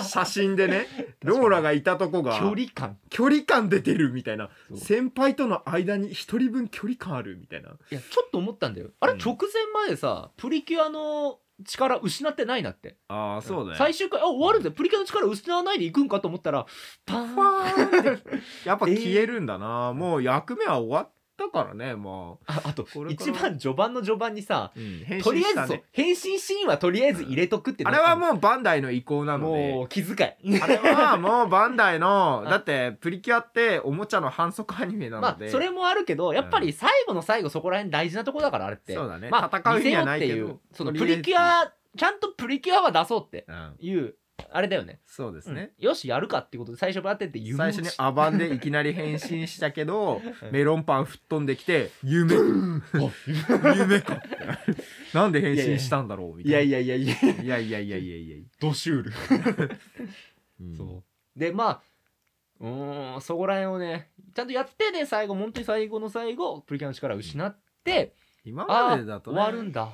S2: 写真 でね
S1: に
S2: ローラがいたとこ
S1: ー
S2: が
S1: 距離感
S2: 距離感出てるみたいな
S1: そう
S2: 先輩との間に一人分距離感あるみたいない
S1: やちょっと思ったんだよあれ
S2: うん
S1: 直前までさプリキュアの力失ってないなって
S2: ああ
S1: 最終回あ終わるぜプリキュアの力失わないでいくんかと思ったらパーン
S2: ファーンって やっぱ消えるんだな、もう役目は終わったからねまあ、
S1: ああと
S2: これか
S1: 一
S2: ら
S1: 番序盤の序盤にさ
S2: 変身
S1: とりあえ
S2: した
S1: ずそ
S2: ね
S1: う変身シーンはとりあえず入れとくって
S2: あれはもうバンダイの意向なの
S1: も
S2: で。
S1: う気遣い
S2: あれはもうバンダイ の
S1: あ
S2: だってプリキュアっておもちゃの反則アニメな
S1: ま
S2: の
S1: あ
S2: で
S1: それもあるけどやっぱり最後の最後そこら辺大事なとこだからあれって
S2: そうだね
S1: まあ
S2: 戦う意味はないけど
S1: 見せようっていうその
S2: とりあ
S1: プ
S2: えず
S1: リキュアちゃんとプリキュアは出そうって
S2: うん
S1: いうあれだよね
S2: そうですね、
S1: うんよしやるかっていうことで最初バーってって夢
S2: 最初にアバンでいきなり変身したけど
S1: うん
S2: メロンパン吹っ飛んできて 夢夢かなんで変身したんだ ろうみ
S1: い
S2: た
S1: や
S2: い
S1: いやいやいや
S2: ないやいやいやいやいやいや、
S1: ドシュール
S2: うん
S1: そうでまあうーんそこら辺をねちゃんとやってね最後本当に最後の最後プリキュアの力を失って、
S2: 今
S1: あ
S2: ま
S1: あ
S2: でだと、
S1: 終
S2: ね、
S1: わるんだ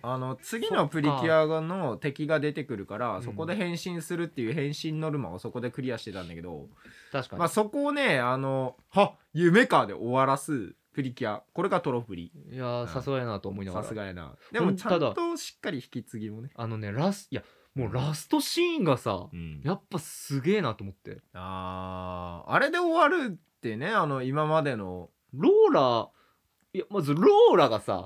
S2: あの次のプリキュアの敵が出てくるから
S1: うん
S2: そこで変身するっていう変身ノルマをそこでクリアしてたんだけど、
S1: 確かに、
S2: まあそこをねあの「は夢か」で終わらすプリキュアこれがトロフリ
S1: いやーさすがやなと思いなが
S2: さ
S1: ら
S2: すがやなでもちゃんとしっかり引き継ぎもね、
S1: あのねラスいやもうラストシーンがさやっぱすげえなと思って
S2: あーあれで終わるってねあの今までの、
S1: ローラいやまずローラがさ、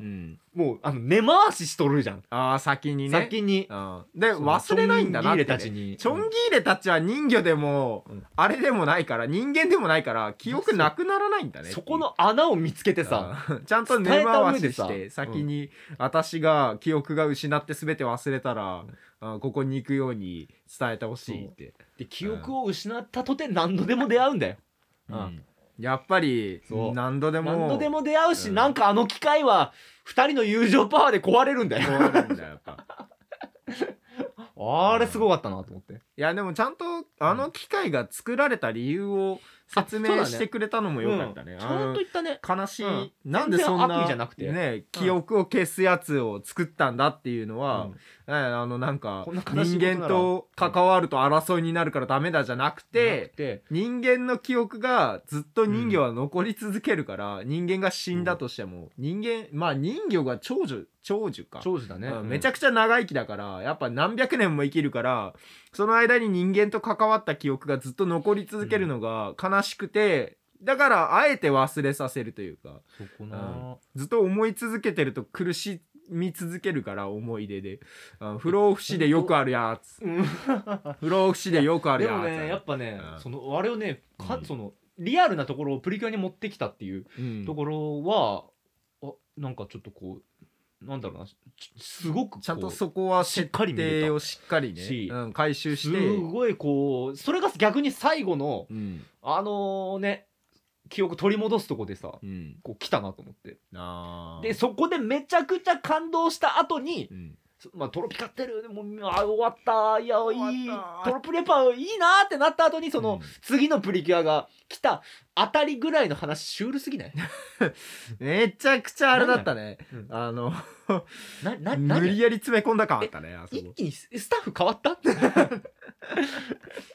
S1: もうあの根回ししとるじゃん、
S2: ああ先にね
S1: 先に
S2: うんで忘れないんだな
S1: っ
S2: ってて、
S1: たち
S2: ね
S1: に
S2: チョンギーレたちは人魚でも、
S1: うん
S2: あれでもないから人間でもないから記憶なくならないんだねっていう
S1: そこの穴を見つけてさ
S2: うん ちゃんと根
S1: 伝えた
S2: 回
S1: 上で
S2: し
S1: さ
S2: して先に私が記憶が失って全て忘れたら、あここに行くように伝えてほしいって、
S1: で記憶を失ったとて何度でも出会うんだよ、うん
S2: うんやっぱり
S1: そう
S2: 何度でも
S1: 何度でも出会うし、
S2: うん
S1: なんかあの機会は2人の友情パワーで壊れるんだよ
S2: 壊れるんだよやっ ぱ
S1: あれすごかったなと思って
S2: いやでもちゃんとあの機械が作られた理由を説
S1: あそうだ
S2: 明
S1: ね
S2: してくれたのもよかったね,、
S1: うんち
S2: あ
S1: ゃん
S2: の
S1: と言ったね
S2: 悲しい、
S1: うん
S2: なんでそん
S1: 全然
S2: な
S1: 悪意じゃなくて
S2: ね、記憶を消すやつを作ったんだっていうのは、
S1: うん
S2: ねあのなんか
S1: こんな悲しい
S2: 人
S1: ことなら
S2: 間と関わると争いになるからダメだじゃなく
S1: で
S2: て、人間の記憶がずっと人魚は残り続けるから、人間が死んだとしても人間まあ人魚が長寿長寿か。
S1: 長寿だね、
S2: うんめちゃ
S1: くち
S2: くちゃ長生きだからやっぱ何百年も生きるからその間に人間と関わった記憶がずっと残り続けるのが悲しくて、だからあえて忘れさせるというか
S1: ゃそこな、
S2: うんずっと思い続けてると苦しみ続けるから思い出であ不老不死でよくあるやつ不老不死でよくある
S1: で
S2: やつ
S1: もねやっぱね、
S2: うん
S1: そのあれをねか、
S2: うん
S1: そのリアルなところをプリキュアに持ってきたっていう
S2: うん
S1: ところは、あなんかちょっとこうなんだろうなちすごくこう
S2: ちゃんとそこは設定をしっかりね
S1: し
S2: うん、回収
S1: す
S2: して、
S1: ごいこうそれが逆に最後の
S2: うん
S1: あのね記憶取り戻すとこでさ
S2: うん、
S1: こう来たなと思って
S2: あー
S1: でそこでめちゃくちゃ感動した後に
S2: うん
S1: そまあ、トロピカってるもうあ終わったいや
S2: 終わった
S1: いいトロプレパいいなーってなった後にその、
S2: うん
S1: 次のプリキュアが来たあたりぐらいの話シュールすぎない
S2: めちゃくちゃあれだったね
S1: うん。
S2: あの、
S1: なな
S2: 無理
S1: 何
S2: やり詰め込んだ感あったね、あそ
S1: 一
S2: こ。
S1: 気にススタッフ変わった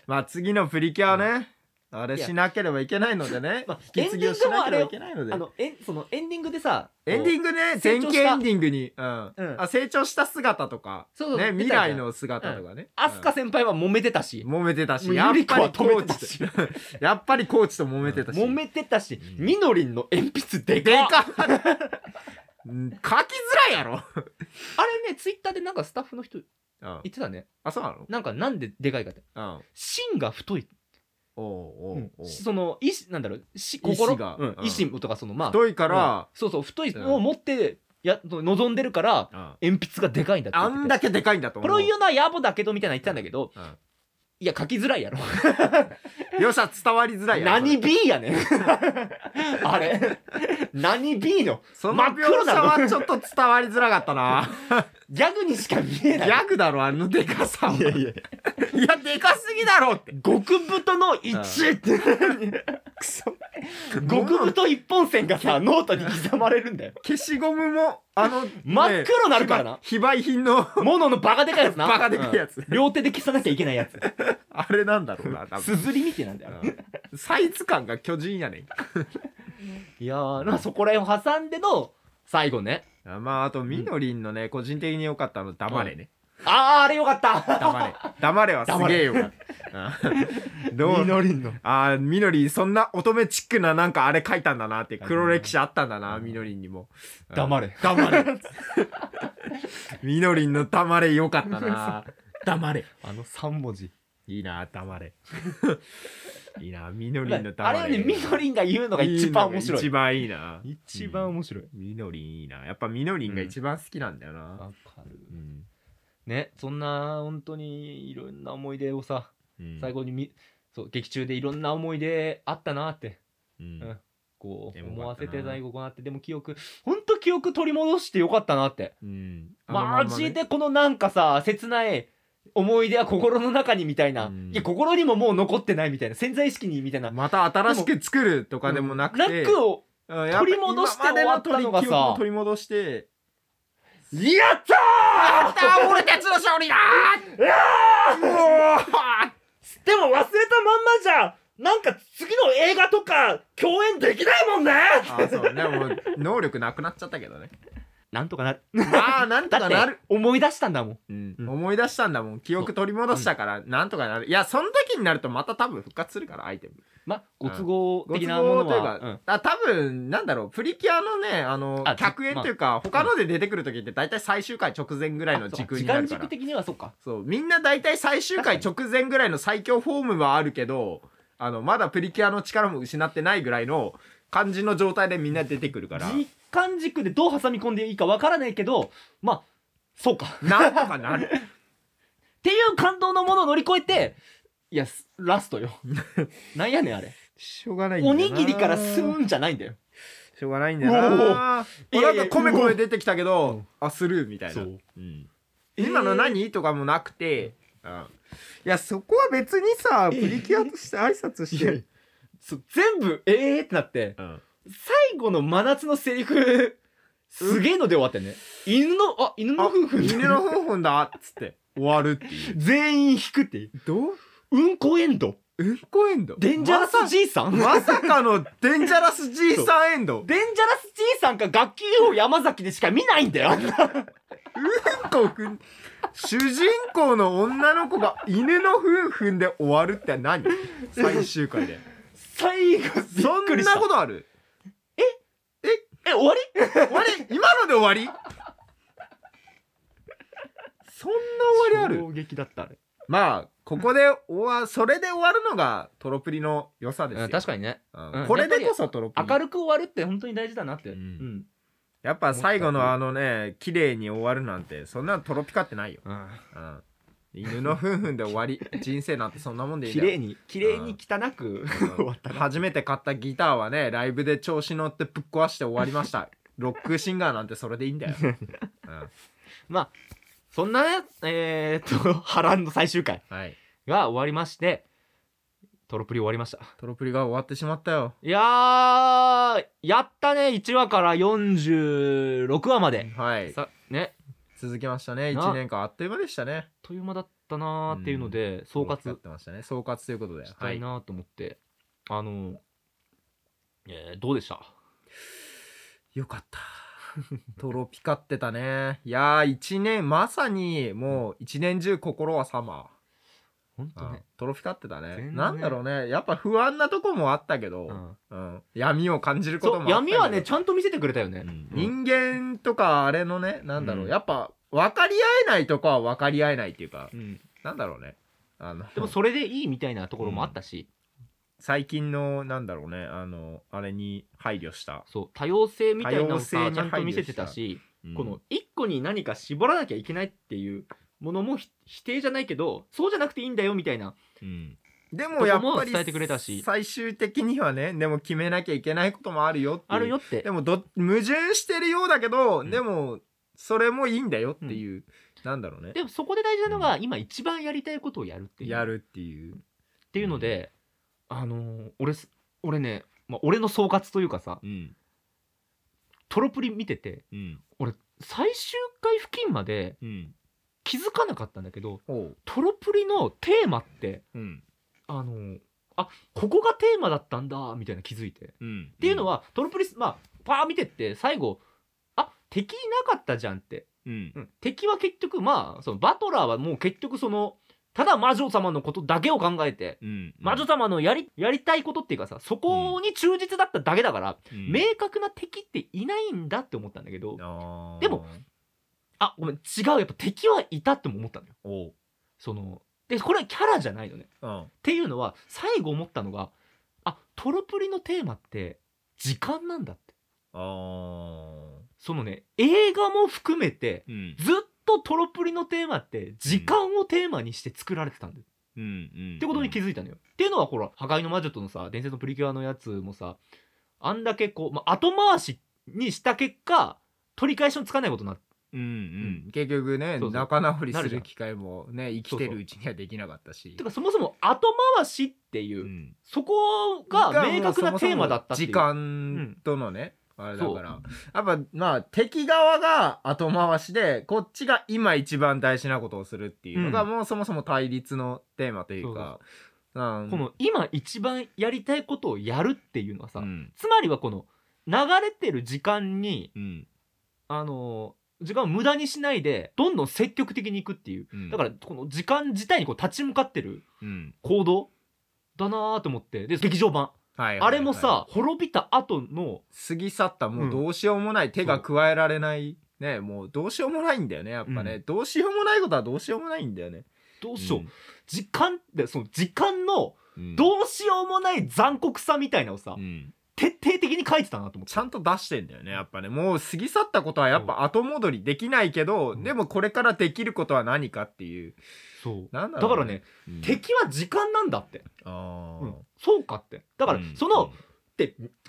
S2: まあ次のプリキュアね、あれしなければいけないのでね
S1: まあ。
S2: 引き継ぎをしなければいけないので
S1: あ。のえんそのエンディングでさ
S2: エンディングね、
S1: 成
S2: 全
S1: 長した
S2: 景エンディングに、うん。
S1: うん
S2: あ、成長した姿とか、
S1: そうそう
S2: ね、
S1: 出
S2: 未
S1: たじゃん
S2: 来の姿とかね。
S1: アスカ先輩は揉めてたし、
S2: 揉めてたし、
S1: もう
S2: やっ
S1: ゆり子
S2: ぱ
S1: は
S2: りコ
S1: 止め
S2: ー
S1: てた
S2: チ
S1: し
S2: と、 やっぱりコーチと揉めてたし。
S1: 揉めてたし、
S2: うん
S1: みのりんの鉛筆でか
S2: で
S1: っ
S2: かっうん書きづらいやろ。
S1: あれねツイッターでなんかスタッフの人
S2: うん
S1: 言ってたね
S2: あ、そうなの
S1: なんかなんででかいかって
S2: うん。
S1: 芯が太い、
S2: おうおうおう
S1: その意志なんだろうし心
S2: 意志が
S1: うん
S2: うん
S1: 意志とかそのまあ
S2: 太いから、
S1: そうそう太い
S2: うん
S1: のを持ってや望んでるから
S2: うん
S1: 鉛筆がでかいんだって言
S2: あ
S1: ってて
S2: んだけでかいんだと
S1: こ
S2: 思
S1: れを
S2: う。
S1: 言うのは野暮だけどみたいなの言ってたんだけど
S2: う
S1: いや書きづらいやろ
S2: んよっしゃ、伝わりづらいやろ。
S1: 何 B やねん あれ何 B の
S2: その
S1: 真っ
S2: 描
S1: 黒
S2: 写
S1: なの
S2: はちょっと伝わりづらかっ たな。
S1: ギャグにしか見え
S2: ギ
S1: ない
S2: ャグだろ、あのでかさは。い
S1: いやいや
S2: や、でかすぎだろって。
S1: 極太の1って
S2: くそ。
S1: 極太一本線がさノートに刻まれるんだよ
S2: 消しゴムも、あの、
S1: 真っ黒になるからな
S2: ね非売品の
S1: モノのバカでかいやつな
S2: バカでかいやつ。
S1: うん両手で消さなきゃいけないやつ
S2: あれなんだろうな、多
S1: す
S2: 分。
S1: ずりみてえなんだよ
S2: うんサイズ感が巨人やねんか。
S1: いやーなんかそこら辺を挟んでの最後ね
S2: あまあ、あと、みのりんのね、個人的に良かったの、黙れね。
S1: あーあれよかった
S2: 黙れ。黙れはすげえよかった。うん どう
S1: りんの
S2: あーみのりんそんな乙女チックななんかあれ書いたんだなって黒歴史あったんだなみのりんにも
S1: 黙れ
S2: 黙れみのりんの黙れよかったな黙れ
S1: あの3文字
S2: いいな 黙れいいなみのりんの
S1: あ
S2: 黙れ
S1: れよりみのりんが言うのが一番面白い
S2: 一番いいな
S1: 一番面白い
S2: みのりんいいなやっぱみのりんが一番好きなんだよな
S1: わかる
S2: うん
S1: ねそんな本当にいろんな思い出をさ
S2: うん
S1: 最後にみそう劇中でいろんな思い出あったなって
S2: うん
S1: うんこう
S2: エモかったな
S1: 思わせて最後こうなってでも記憶ほんと記憶取り戻してよかったなって
S2: うん
S1: マジでこのなんかさ切ない思い出は心の中にみたいな、
S2: うん
S1: いや心にももう残ってないみたいな潜在意識にみたいな
S2: また新しく作るとかでもなくて
S1: 楽を
S2: うん
S1: 取り戻して終わったのがさ
S2: やぱ今までの取り記憶を取り戻して
S1: やったー
S2: った俺たちの勝利だ
S1: うわー
S2: ー
S1: でも忘れたまんまじゃなんか次の映画とか共演できないもんね
S2: あそうねもう能力なくなっちゃったけどね
S1: なんとかなる
S2: まあなんと
S1: だ
S2: か
S1: っ
S2: な
S1: て
S2: る、
S1: 思い出したんだもん
S2: うん
S1: うん
S2: 思い出したんだもん記憶取り戻したからなんとかなるいやその時になるとまた多分復活するからアイテム
S1: まご都合
S2: ご都
S1: 的なも
S2: 合
S1: の
S2: という
S1: は
S2: か、あ多分なんだろうプリキュアのねあの
S1: あ
S2: 客演というか、他ので出てくる時って大体最終回直前ぐらいの時空に
S1: 時
S2: なる
S1: 間
S2: から
S1: 軸的にはそうか
S2: そうみんな大体最終回直前ぐらいの最強フォームはあるけどあのまだプリキュアの力も失ってないぐらいの感じの状態でみんな出てくるから
S1: 時間軸でどう挟み込んでいいかわからないけどまあそうかっ
S2: なんとかなる
S1: ていう感動のものを乗り越えていやすラスト よなんやねんあれ
S2: しょうがないんだ
S1: お
S2: よな
S1: にぎりからスーンじゃないんだよ
S2: しょうがないんだよな
S1: おお
S2: あなんかコメコ
S1: いやい
S2: メ
S1: や
S2: 出てきたけどあスルーみたいな、うん今の何、とかもなくて、うんいやそこは別にさプリキュアとして挨拶し
S1: いや
S2: て、
S1: そう全部ええー、ってなって
S2: うん
S1: 最後の真夏のセリフすげえので終わってね犬のあ犬の
S2: あ
S1: 夫婦
S2: 犬の方法だっつって終わるっていう
S1: 全員引くっていう
S2: どう
S1: うんこエンド
S2: うんこエンド
S1: デンジャラスじいさん、
S2: まさかのデンジャラス G さんエンド。
S1: デンジャラスじいさんか楽器 UFO 山崎でしか見ないんだよあんな
S2: うんこふん。主人公の女の子が犬のふんふんで終わるって何最終回で。
S1: 最後 び
S2: そ
S1: っく
S2: ん
S1: りした
S2: なことある
S1: え終わり
S2: 終わり今ので終わりそんな終わりある
S1: 衝撃だったあれ
S2: まあ、ここで終わ、それで終わるのがトロプリの良さですよ。
S1: 確かにね
S2: う
S1: うんん
S2: これでこそトロプリ。
S1: 明るく終わるって本当に大事だなって、
S2: う
S1: うんん
S2: やっぱ最後のあのね、綺麗に終わるなんて、そんなトロピカってないよ。
S1: うん、
S2: うん犬のふんふんで終 わり人生なんてそんなもんでいいん
S1: 綺
S2: だよ
S1: 麗に綺麗に汚く終わったな
S2: 初めて買ったギターはねライブで調子乗ってぶっ 壊して終わりましたロックシンガーなんてそれでいいんだよ、うん
S1: まあそんなね、えーっと、波乱の最終回
S2: はい。
S1: が終わりまして、トロプリ終わりました。
S2: トロプリが終わってしまったよ。
S1: いやー、やったね、1話から46話まで。
S2: はい。
S1: さね、
S2: 続きましたね。
S1: な
S2: 1年間あっという間でしたね。
S1: あっという間だったなーっていうので、総
S2: 大きくな
S1: 括
S2: っ。てましたね。総括ということで。
S1: し
S2: は
S1: た
S2: い
S1: い。なと思って、あのえーどうでした
S2: よか った。トロピカってたね。いやー、1年、まさにもう一年中心はサマー。
S1: 本当
S2: うん
S1: ね、
S2: トロピカってた
S1: 全然
S2: ね。
S1: ね
S2: なんだろうね。やっぱ不安なとこもあったけど、
S1: うん
S2: うん闇を感じるこ
S1: そ
S2: ともあ
S1: う
S2: ったけど
S1: 闇はねちゃんと見せてくれたよね、
S2: 人間とかあれのね、なんだろう、
S1: うん
S2: やっぱ分かり合えないとこは分かり合えないっていうか、
S1: うん
S2: なんだろうね。あの、
S1: でもそれでいいみたいなところもあったし、
S2: 最近の、なんだろうね、あの、あれに配慮した。
S1: そう多様性みたいなのも
S2: 多様
S1: さ
S2: 性に
S1: ちゃんと
S2: 配慮
S1: 見
S2: した
S1: せてたし、
S2: うん
S1: この一個に何か絞らなきゃいけないっていうものもひ否定じゃないけどそうじゃなくていいんだよみたいな
S2: うんでもやっぱり
S1: 伝えてくれたし
S2: 最終的にはねでも決めなきゃいけないこともあるよっていう
S1: あるよって
S2: でもど矛盾してるようだけど、
S1: うん
S2: でもそれもいいんだよっていう、なんだろうね
S1: でもそこで大事なのが、今一番やりたいことをやるっていう
S2: やるっていう
S1: っていうので、あのー俺す俺ね、まあ、俺の総括というかさ
S2: うん
S1: トロプリ見てて
S2: うん
S1: 俺最終回付近まで
S2: うん
S1: 気づかなかったんだけど
S2: おう
S1: トロプリのテーマって
S2: うん
S1: あのーあここがテーマだったんだみたいな気づいてっ
S2: うんって
S1: いうの、はトロプリまあパー見てって最後あ敵いなかったじゃんって、
S2: うん
S1: うん敵は結局まあそのバトラーはもう結局そのただ魔女様のことだけを考えて
S2: うん、
S1: 魔女様のやりやりたいことっていうかさそこに忠実だっただけだから、
S2: うん
S1: 明確な敵っていないんだって思ったんだけど、
S2: あー
S1: でもあごめん違うやっぱ敵はいたっても思ったのよ
S2: おう、
S1: そのでこれはキャラじゃないのねっ
S2: うん、
S1: ていうのは最後思ったのがあトロプリのテーマって時間なんだって
S2: あー
S1: そのね映画も含めて
S2: うん
S1: ずっとトロプリのテーマって時間をテーマにして作られてたんだよ、
S2: うんうん
S1: ってことに気づいたのよ、っていうのはほら「破壊の魔女」とのさ伝説のプリキュアのやつもさあんだけこう、まあ、後回しにした結果取り返しのつかないことになって
S2: うんうん結局
S1: そ
S2: ね
S1: うそう
S2: 仲直り
S1: な
S2: す
S1: るじゃ
S2: る
S1: ん
S2: 機会もね生きてるうちにはできなかったして
S1: かそもそも後回しっていう、
S2: うん
S1: そこが明確なテーマだったっていう
S2: 時間とのね、あれだ
S1: そ
S2: か
S1: う
S2: らやっぱまあ敵側が後回しでこっちが今一番大事なことをするっていうのが、
S1: うん
S2: もうそもそも対立のテーマというかうん
S1: この今一番やりたいことをやるっていうのはさ、
S2: うん
S1: つまりはこの流れてる時間に
S2: うん
S1: あのー時間を無駄にしないでどんどん積極的にいくっていう
S2: うん
S1: だからこの時間自体にこう立ち向かってる
S2: うん
S1: 行動だなーと思ってで劇場版
S2: はい
S1: あれも
S2: はいは
S1: さ滅びた後の
S2: い過ぎ去ったもうどうしようもない、手が加えられないねもうどうしようもないんだよねやっぱね、
S1: う
S2: どうしようもないことはどうしようもないんだよね
S1: どうしよう、時間でその時間の
S2: うん
S1: どうしようもない残酷さみたいなのをさ、
S2: うん
S1: 徹底的に書いてたなと思って
S2: ちゃんと出してんだよねやっぱねもう過ぎ去ったことはやっぱ後戻りできないけど、
S1: うん
S2: でもこれからできることは何かっていう
S1: そう
S2: なんだ
S1: だ
S2: ろ
S1: か
S2: う
S1: ら
S2: ね、
S1: ね、
S2: うん
S1: 敵は時間なんだって、
S2: あ
S1: う
S2: ー
S1: んそうかってだから
S2: うん
S1: その、
S2: うん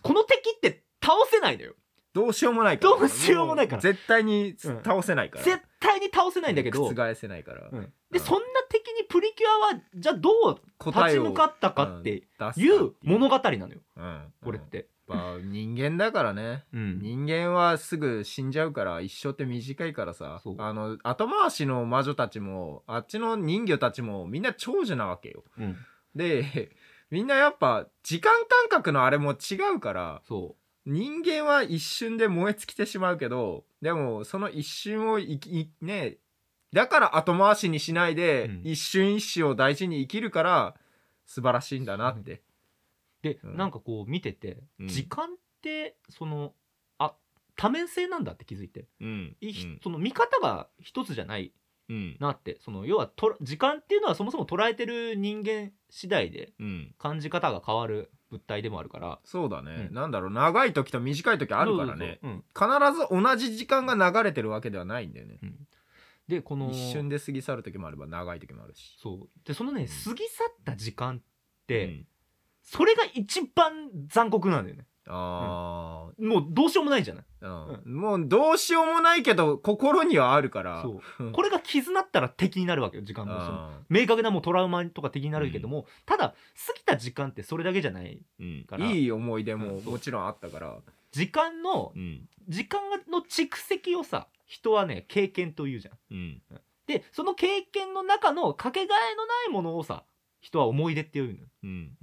S1: この敵って倒せないのよ
S2: どうしようもないから
S1: どうしようもないから
S2: う絶対に
S1: うん
S2: 倒せないから、
S1: 絶対に倒せないんだけど、
S2: 覆せないから、
S1: うんでそんな敵にプリキュアはじゃあどう
S2: 答
S1: 立
S2: え
S1: ち
S2: を
S1: 向かったかって
S2: 出す
S1: いう物
S2: が、
S1: 語なのよ
S2: うん、
S1: これって、
S2: やっぱ人間だからね
S1: うん
S2: 人間はすぐ死んじゃうから一生って短いからさ
S1: そう
S2: あの後回しの魔女たちもあっちの人魚たちもみんな長寿なわけよ
S1: うん
S2: でみんなやっぱ時間感覚のあれも違うから
S1: そ
S2: 人間は一瞬で燃え尽きてしまうけどでもその一瞬をいきいねだから後回しにしないで、
S1: うん
S2: 一瞬一瞬を大事に生きるから素晴らしいんだなって、
S1: うで、
S2: うん
S1: なんかこう見てて、
S2: うん
S1: 時間ってそのあ多面性なんだって気づいて、
S2: うん
S1: いその見方が一つじゃないなってその要はと時間っていうのはそもそも捉えてる人間次第で感じ方が変わる物体でもあるから
S2: そうだね、
S1: うん
S2: なんだろう長い時と短い時あるか
S1: そ
S2: らね
S1: うそうそううん
S2: 必ず同じ時間が流れてるわけではないんだよね
S1: うんでこの
S2: 一瞬で過ぎ去る時もあれば長い時もあるし
S1: そうでそのね
S2: うん
S1: 過ぎ去った時間って、
S2: うん
S1: それが一番残酷なんだよね
S2: あ
S1: もうどうしようもないじゃない
S2: あ、うんもうどうしようもないけど心にはあるから
S1: そう うんこれが絆ったら敵になるわけよ時間がその
S2: あ
S1: 明確なもうトラウマとか敵になるけども、ただ過ぎた時間ってそれだけじゃない
S2: ー
S1: から
S2: いい思い出も
S1: うんそう
S2: もちろんあったから、
S1: 時間の
S2: うん
S1: 時間の蓄積をさ人はね経験というじゃん
S2: うん、
S1: でその経験の中のかけがえのないものをさ人は思い出っていうのよ
S2: うん、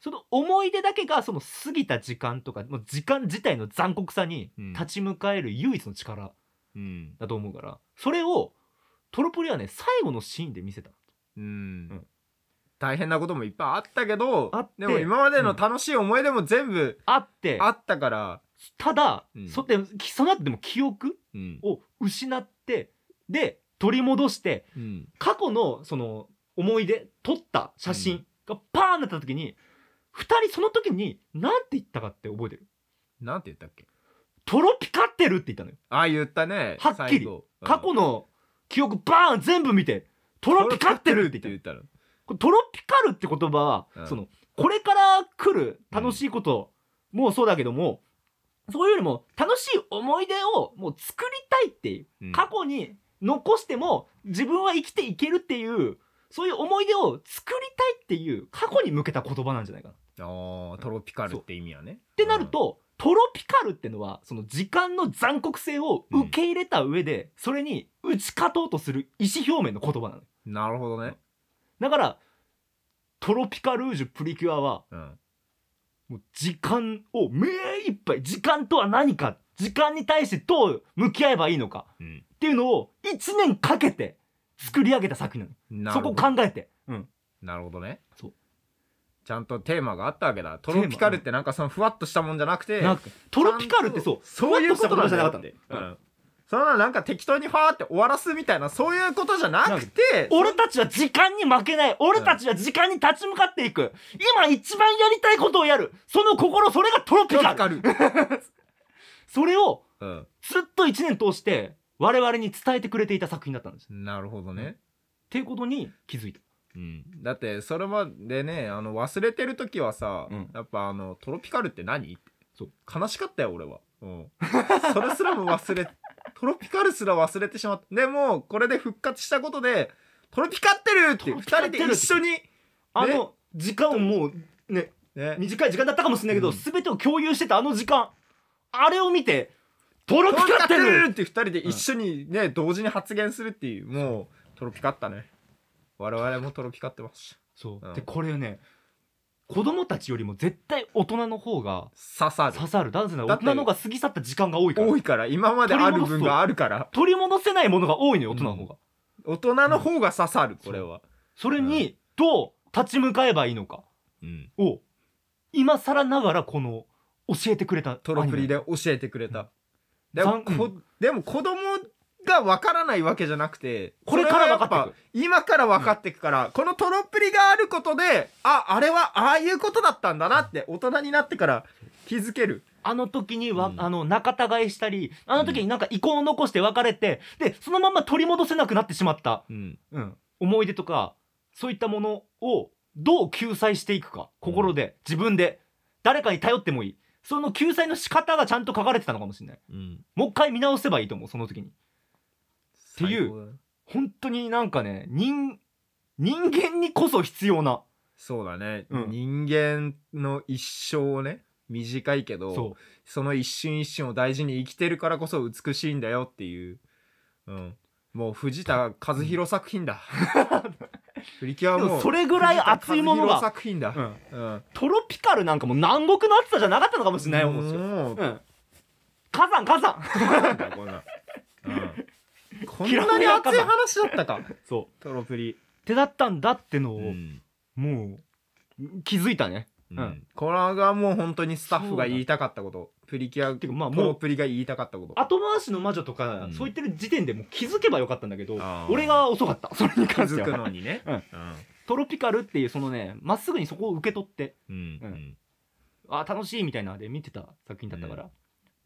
S1: その思い出だけがその過ぎた時間とかもう時間自体の残酷さに立ち向かえる唯一の力
S2: うん、
S1: だと思うからそれをトロポリはね最後のシーンで見せた
S2: うん大変なこともいっぱいあったけど
S1: あって
S2: でも今までの楽しい思い出も全部
S1: あって
S2: あったから、
S1: ただ、
S2: うん
S1: そできその後でも記憶
S2: うん
S1: を失ってで取り戻して
S2: うん
S1: 過去のその思い出撮った写真がパーンなった時に、二人その時に何て言ったかって覚えてる
S2: なんて言ったっけ
S1: トロピカってるって言ったのよ
S2: ああ言ったね
S1: はっきり
S2: 最後うん
S1: 過去の記憶バーン全部見てトロピカってるって言ったの
S2: 言ったら
S1: これトロピカルって言葉は、
S2: うん
S1: そのこれから来る楽しいこともそうだけども、それよりも楽しい思い出をもう作りたいっていう、
S2: うん
S1: 過去に残しても自分は生きていけるっていうそういう思い出を作りたいっていう過去に向けた言葉なんじゃないかな。っ
S2: あートロピカルって意味やね。って
S1: なる、と、トロピカルってのはその時間の残酷性を受け入れた上で、それに打ち勝とうとする意思表明の言葉なの。
S2: なるほどね。
S1: だからトロピカルージュプリキュアは
S2: うん。
S1: もう時間を目いっぱい時間とは何か時間に対してどう向き合えばいいのか
S2: うん
S1: っていうのを1年かけて作り上げた作品なの
S2: なる
S1: そ
S2: ほ
S1: こを
S2: ど
S1: 考えて、うん、
S2: なるほどね。
S1: そう
S2: ちゃんとテーマがあったわけだ。ト
S1: ーマ
S2: ロピカルってなんかそのふわっとしたもんじゃなくて、
S1: なんかトロピカルってそう
S2: そういうことなん
S1: じゃ
S2: じゃ
S1: な
S2: な
S1: か
S2: か
S1: っ
S2: ったた
S1: んだ
S2: んだ
S1: よ
S2: よ。うんそんななんか適当にファーって終わらすみたいなそういうことじゃなくて、
S1: 俺たちは時間に負けない俺たちは時間に立ち向かっていく今一番やりたいことをやるその心それがトロピ
S2: トロ
S1: カ
S2: ピ
S1: ル
S2: カル。
S1: それを
S2: うん。
S1: ずっと1年通して我々に伝えてくれていた作品だったんですっ
S2: なるほどね。
S1: ていうことに気づいた
S2: うん、だってそれまでねあの忘れてる時はさ、
S1: うん
S2: やっぱあの「トロピカルって何?」って
S1: そう
S2: 悲しかったよ俺は、うん、それすらも忘れ トロピカルすら忘れてしまったでもこれで復活したことで「トロピカってる!」って
S1: トロ
S2: 2
S1: ピカっ
S2: 人
S1: て
S2: で
S1: る
S2: 一緒に
S1: あの時間をもうね
S2: ね
S1: 短い時間だったかもしれないけど、
S2: うん
S1: 全てを共有してたあの時間あれを見てトロ
S2: ト
S1: ピ
S2: ロピ
S1: カ
S2: カ
S1: っ
S2: ってて
S1: る
S2: るって2人で一緒にね、同時に発言するっていうもうトロピカったね我々もトロピカってます
S1: そう、
S2: うん
S1: でこれね子供たちよりも絶対大人の方が
S2: 刺さる
S1: 刺さるなぜなら大
S2: だって
S1: 人の方が過ぎ去った時間が多いから
S2: 多いから今まである分があるから
S1: 取り戻せないものが多いのよ大人の方が、
S2: 大人の方が刺さるこれは、
S1: それにどう立ち向かえばいいのか
S2: うん
S1: を今更ながらこの教えてくれた
S2: トロプリ
S1: アニメ
S2: で教えてくれた。でも、
S1: 残
S2: こでも子供が分からないわけじゃなくて、
S1: これから分かって
S2: そ
S1: く
S2: れはやぱ今から分かっていくから、このトロプリがあることで、あ、あれはああいうことだったんだなって、大人になってから気づける。
S1: あの時にわ、
S2: うん
S1: あの仲違いしたりあの時になんか遺恨を残して別れて、でそのまま取り戻せなくなってしまった
S2: うん。
S1: うん、思い出とかそういったものをどう救済していくか心で、自分で誰かに頼ってもいいその救済の仕方がちゃんと書かれてたのかもしれない
S2: うん。っ
S1: もう一回見直せばいいと思うその時にていう
S2: う。
S1: 本当になんかね人人間にこそ必要な
S2: そうだね、
S1: うん
S2: 人間の一生をね、短いけど、
S1: そ
S2: その一瞬一瞬を大事に生きてるからこそ美しいんだよっていう。うん。もう藤田和弘作品だ。プリキュ
S1: う
S2: ア
S1: でも
S2: もう。
S1: それぐらい熱いもの
S2: 和弘
S1: が、
S2: 作品だ
S1: う。ん
S2: うん。
S1: トロピカルなんかもう南国の暑さじゃなかったのかもしれない思うんですよ、
S2: もう
S1: う、ん、火山火山
S2: なんだこ んな。うんこんなに熱い話だったか。
S1: そう
S2: トロプリ。
S1: ってだったんだってのを、
S2: うん。
S1: もう気づいたね
S2: うんこれがもう本当にスタッフが言いたかったこと。プリキュア、
S1: てかまあもう
S2: トロプリが言いたかったこと。
S1: 後回しの魔女とか、
S2: うん
S1: そう言ってる時点でもう気づけばよかったんだけど
S2: あー
S1: 俺が遅かった それに
S2: 気
S1: 関して
S2: づく
S1: は
S2: のにね。
S1: うんトロピカルっていうそのねまっすぐにそこを受け取って
S2: うん。
S1: あー楽しいみたいなので見てた作品だったから、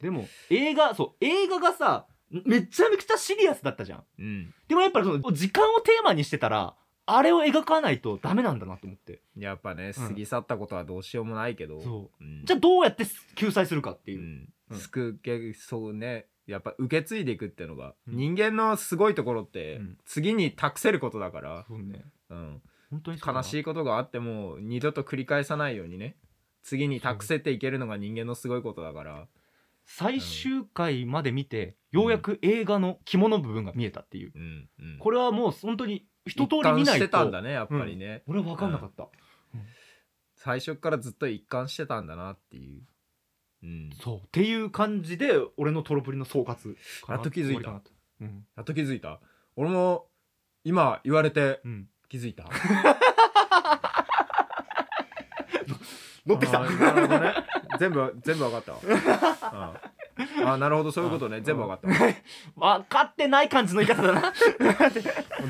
S1: でも映画そう映画がさめちゃめちゃシリアスだったじゃん
S2: うん。
S1: でもやっぱりその時間をテーマにしてたらあれを描かないとダメなんだなと思って
S2: やっぱね過ぎ去ったことはどうしようもないけど、
S1: そ
S2: うん
S1: じゃあどうやって救済するかっていうう、
S2: ん
S1: うん
S2: 救うけそうねやっぱ受け継いでいくってのが、
S1: うん
S2: 人間のすごいところって、
S1: うん
S2: 次に託せることだから、
S1: そうね
S2: うん、
S1: 本当にそうだ
S2: 悲しいことがあっても二度と繰り返さないようにね次に託せていけるのが人間のすごいことだから
S1: 最終回まで見て、ようやく映画の肝の部分が見えたっていう、
S2: うん、うん、
S1: これはもう本当に一通り見
S2: 一貫
S1: な
S2: して
S1: い
S2: たん
S1: と
S2: だねやっぱりね、
S1: 俺は分かんなかった、
S2: 最初からずっと一貫してたんだなっていう、うん、
S1: そうっていう感じで俺のトロプリの総括かな
S2: やっと気づいた
S1: 終わりかなとうん、
S2: やっと気づい た俺も今言われて
S1: うん、
S2: 気づいた
S1: 乗ってきた
S2: あーなるほどね全部全部分 かったわうんあーなるほどそういうことね
S1: うん
S2: 全部分かったわ
S1: 分かってない感じの言い方だな
S2: 全部分
S1: い
S2: かっ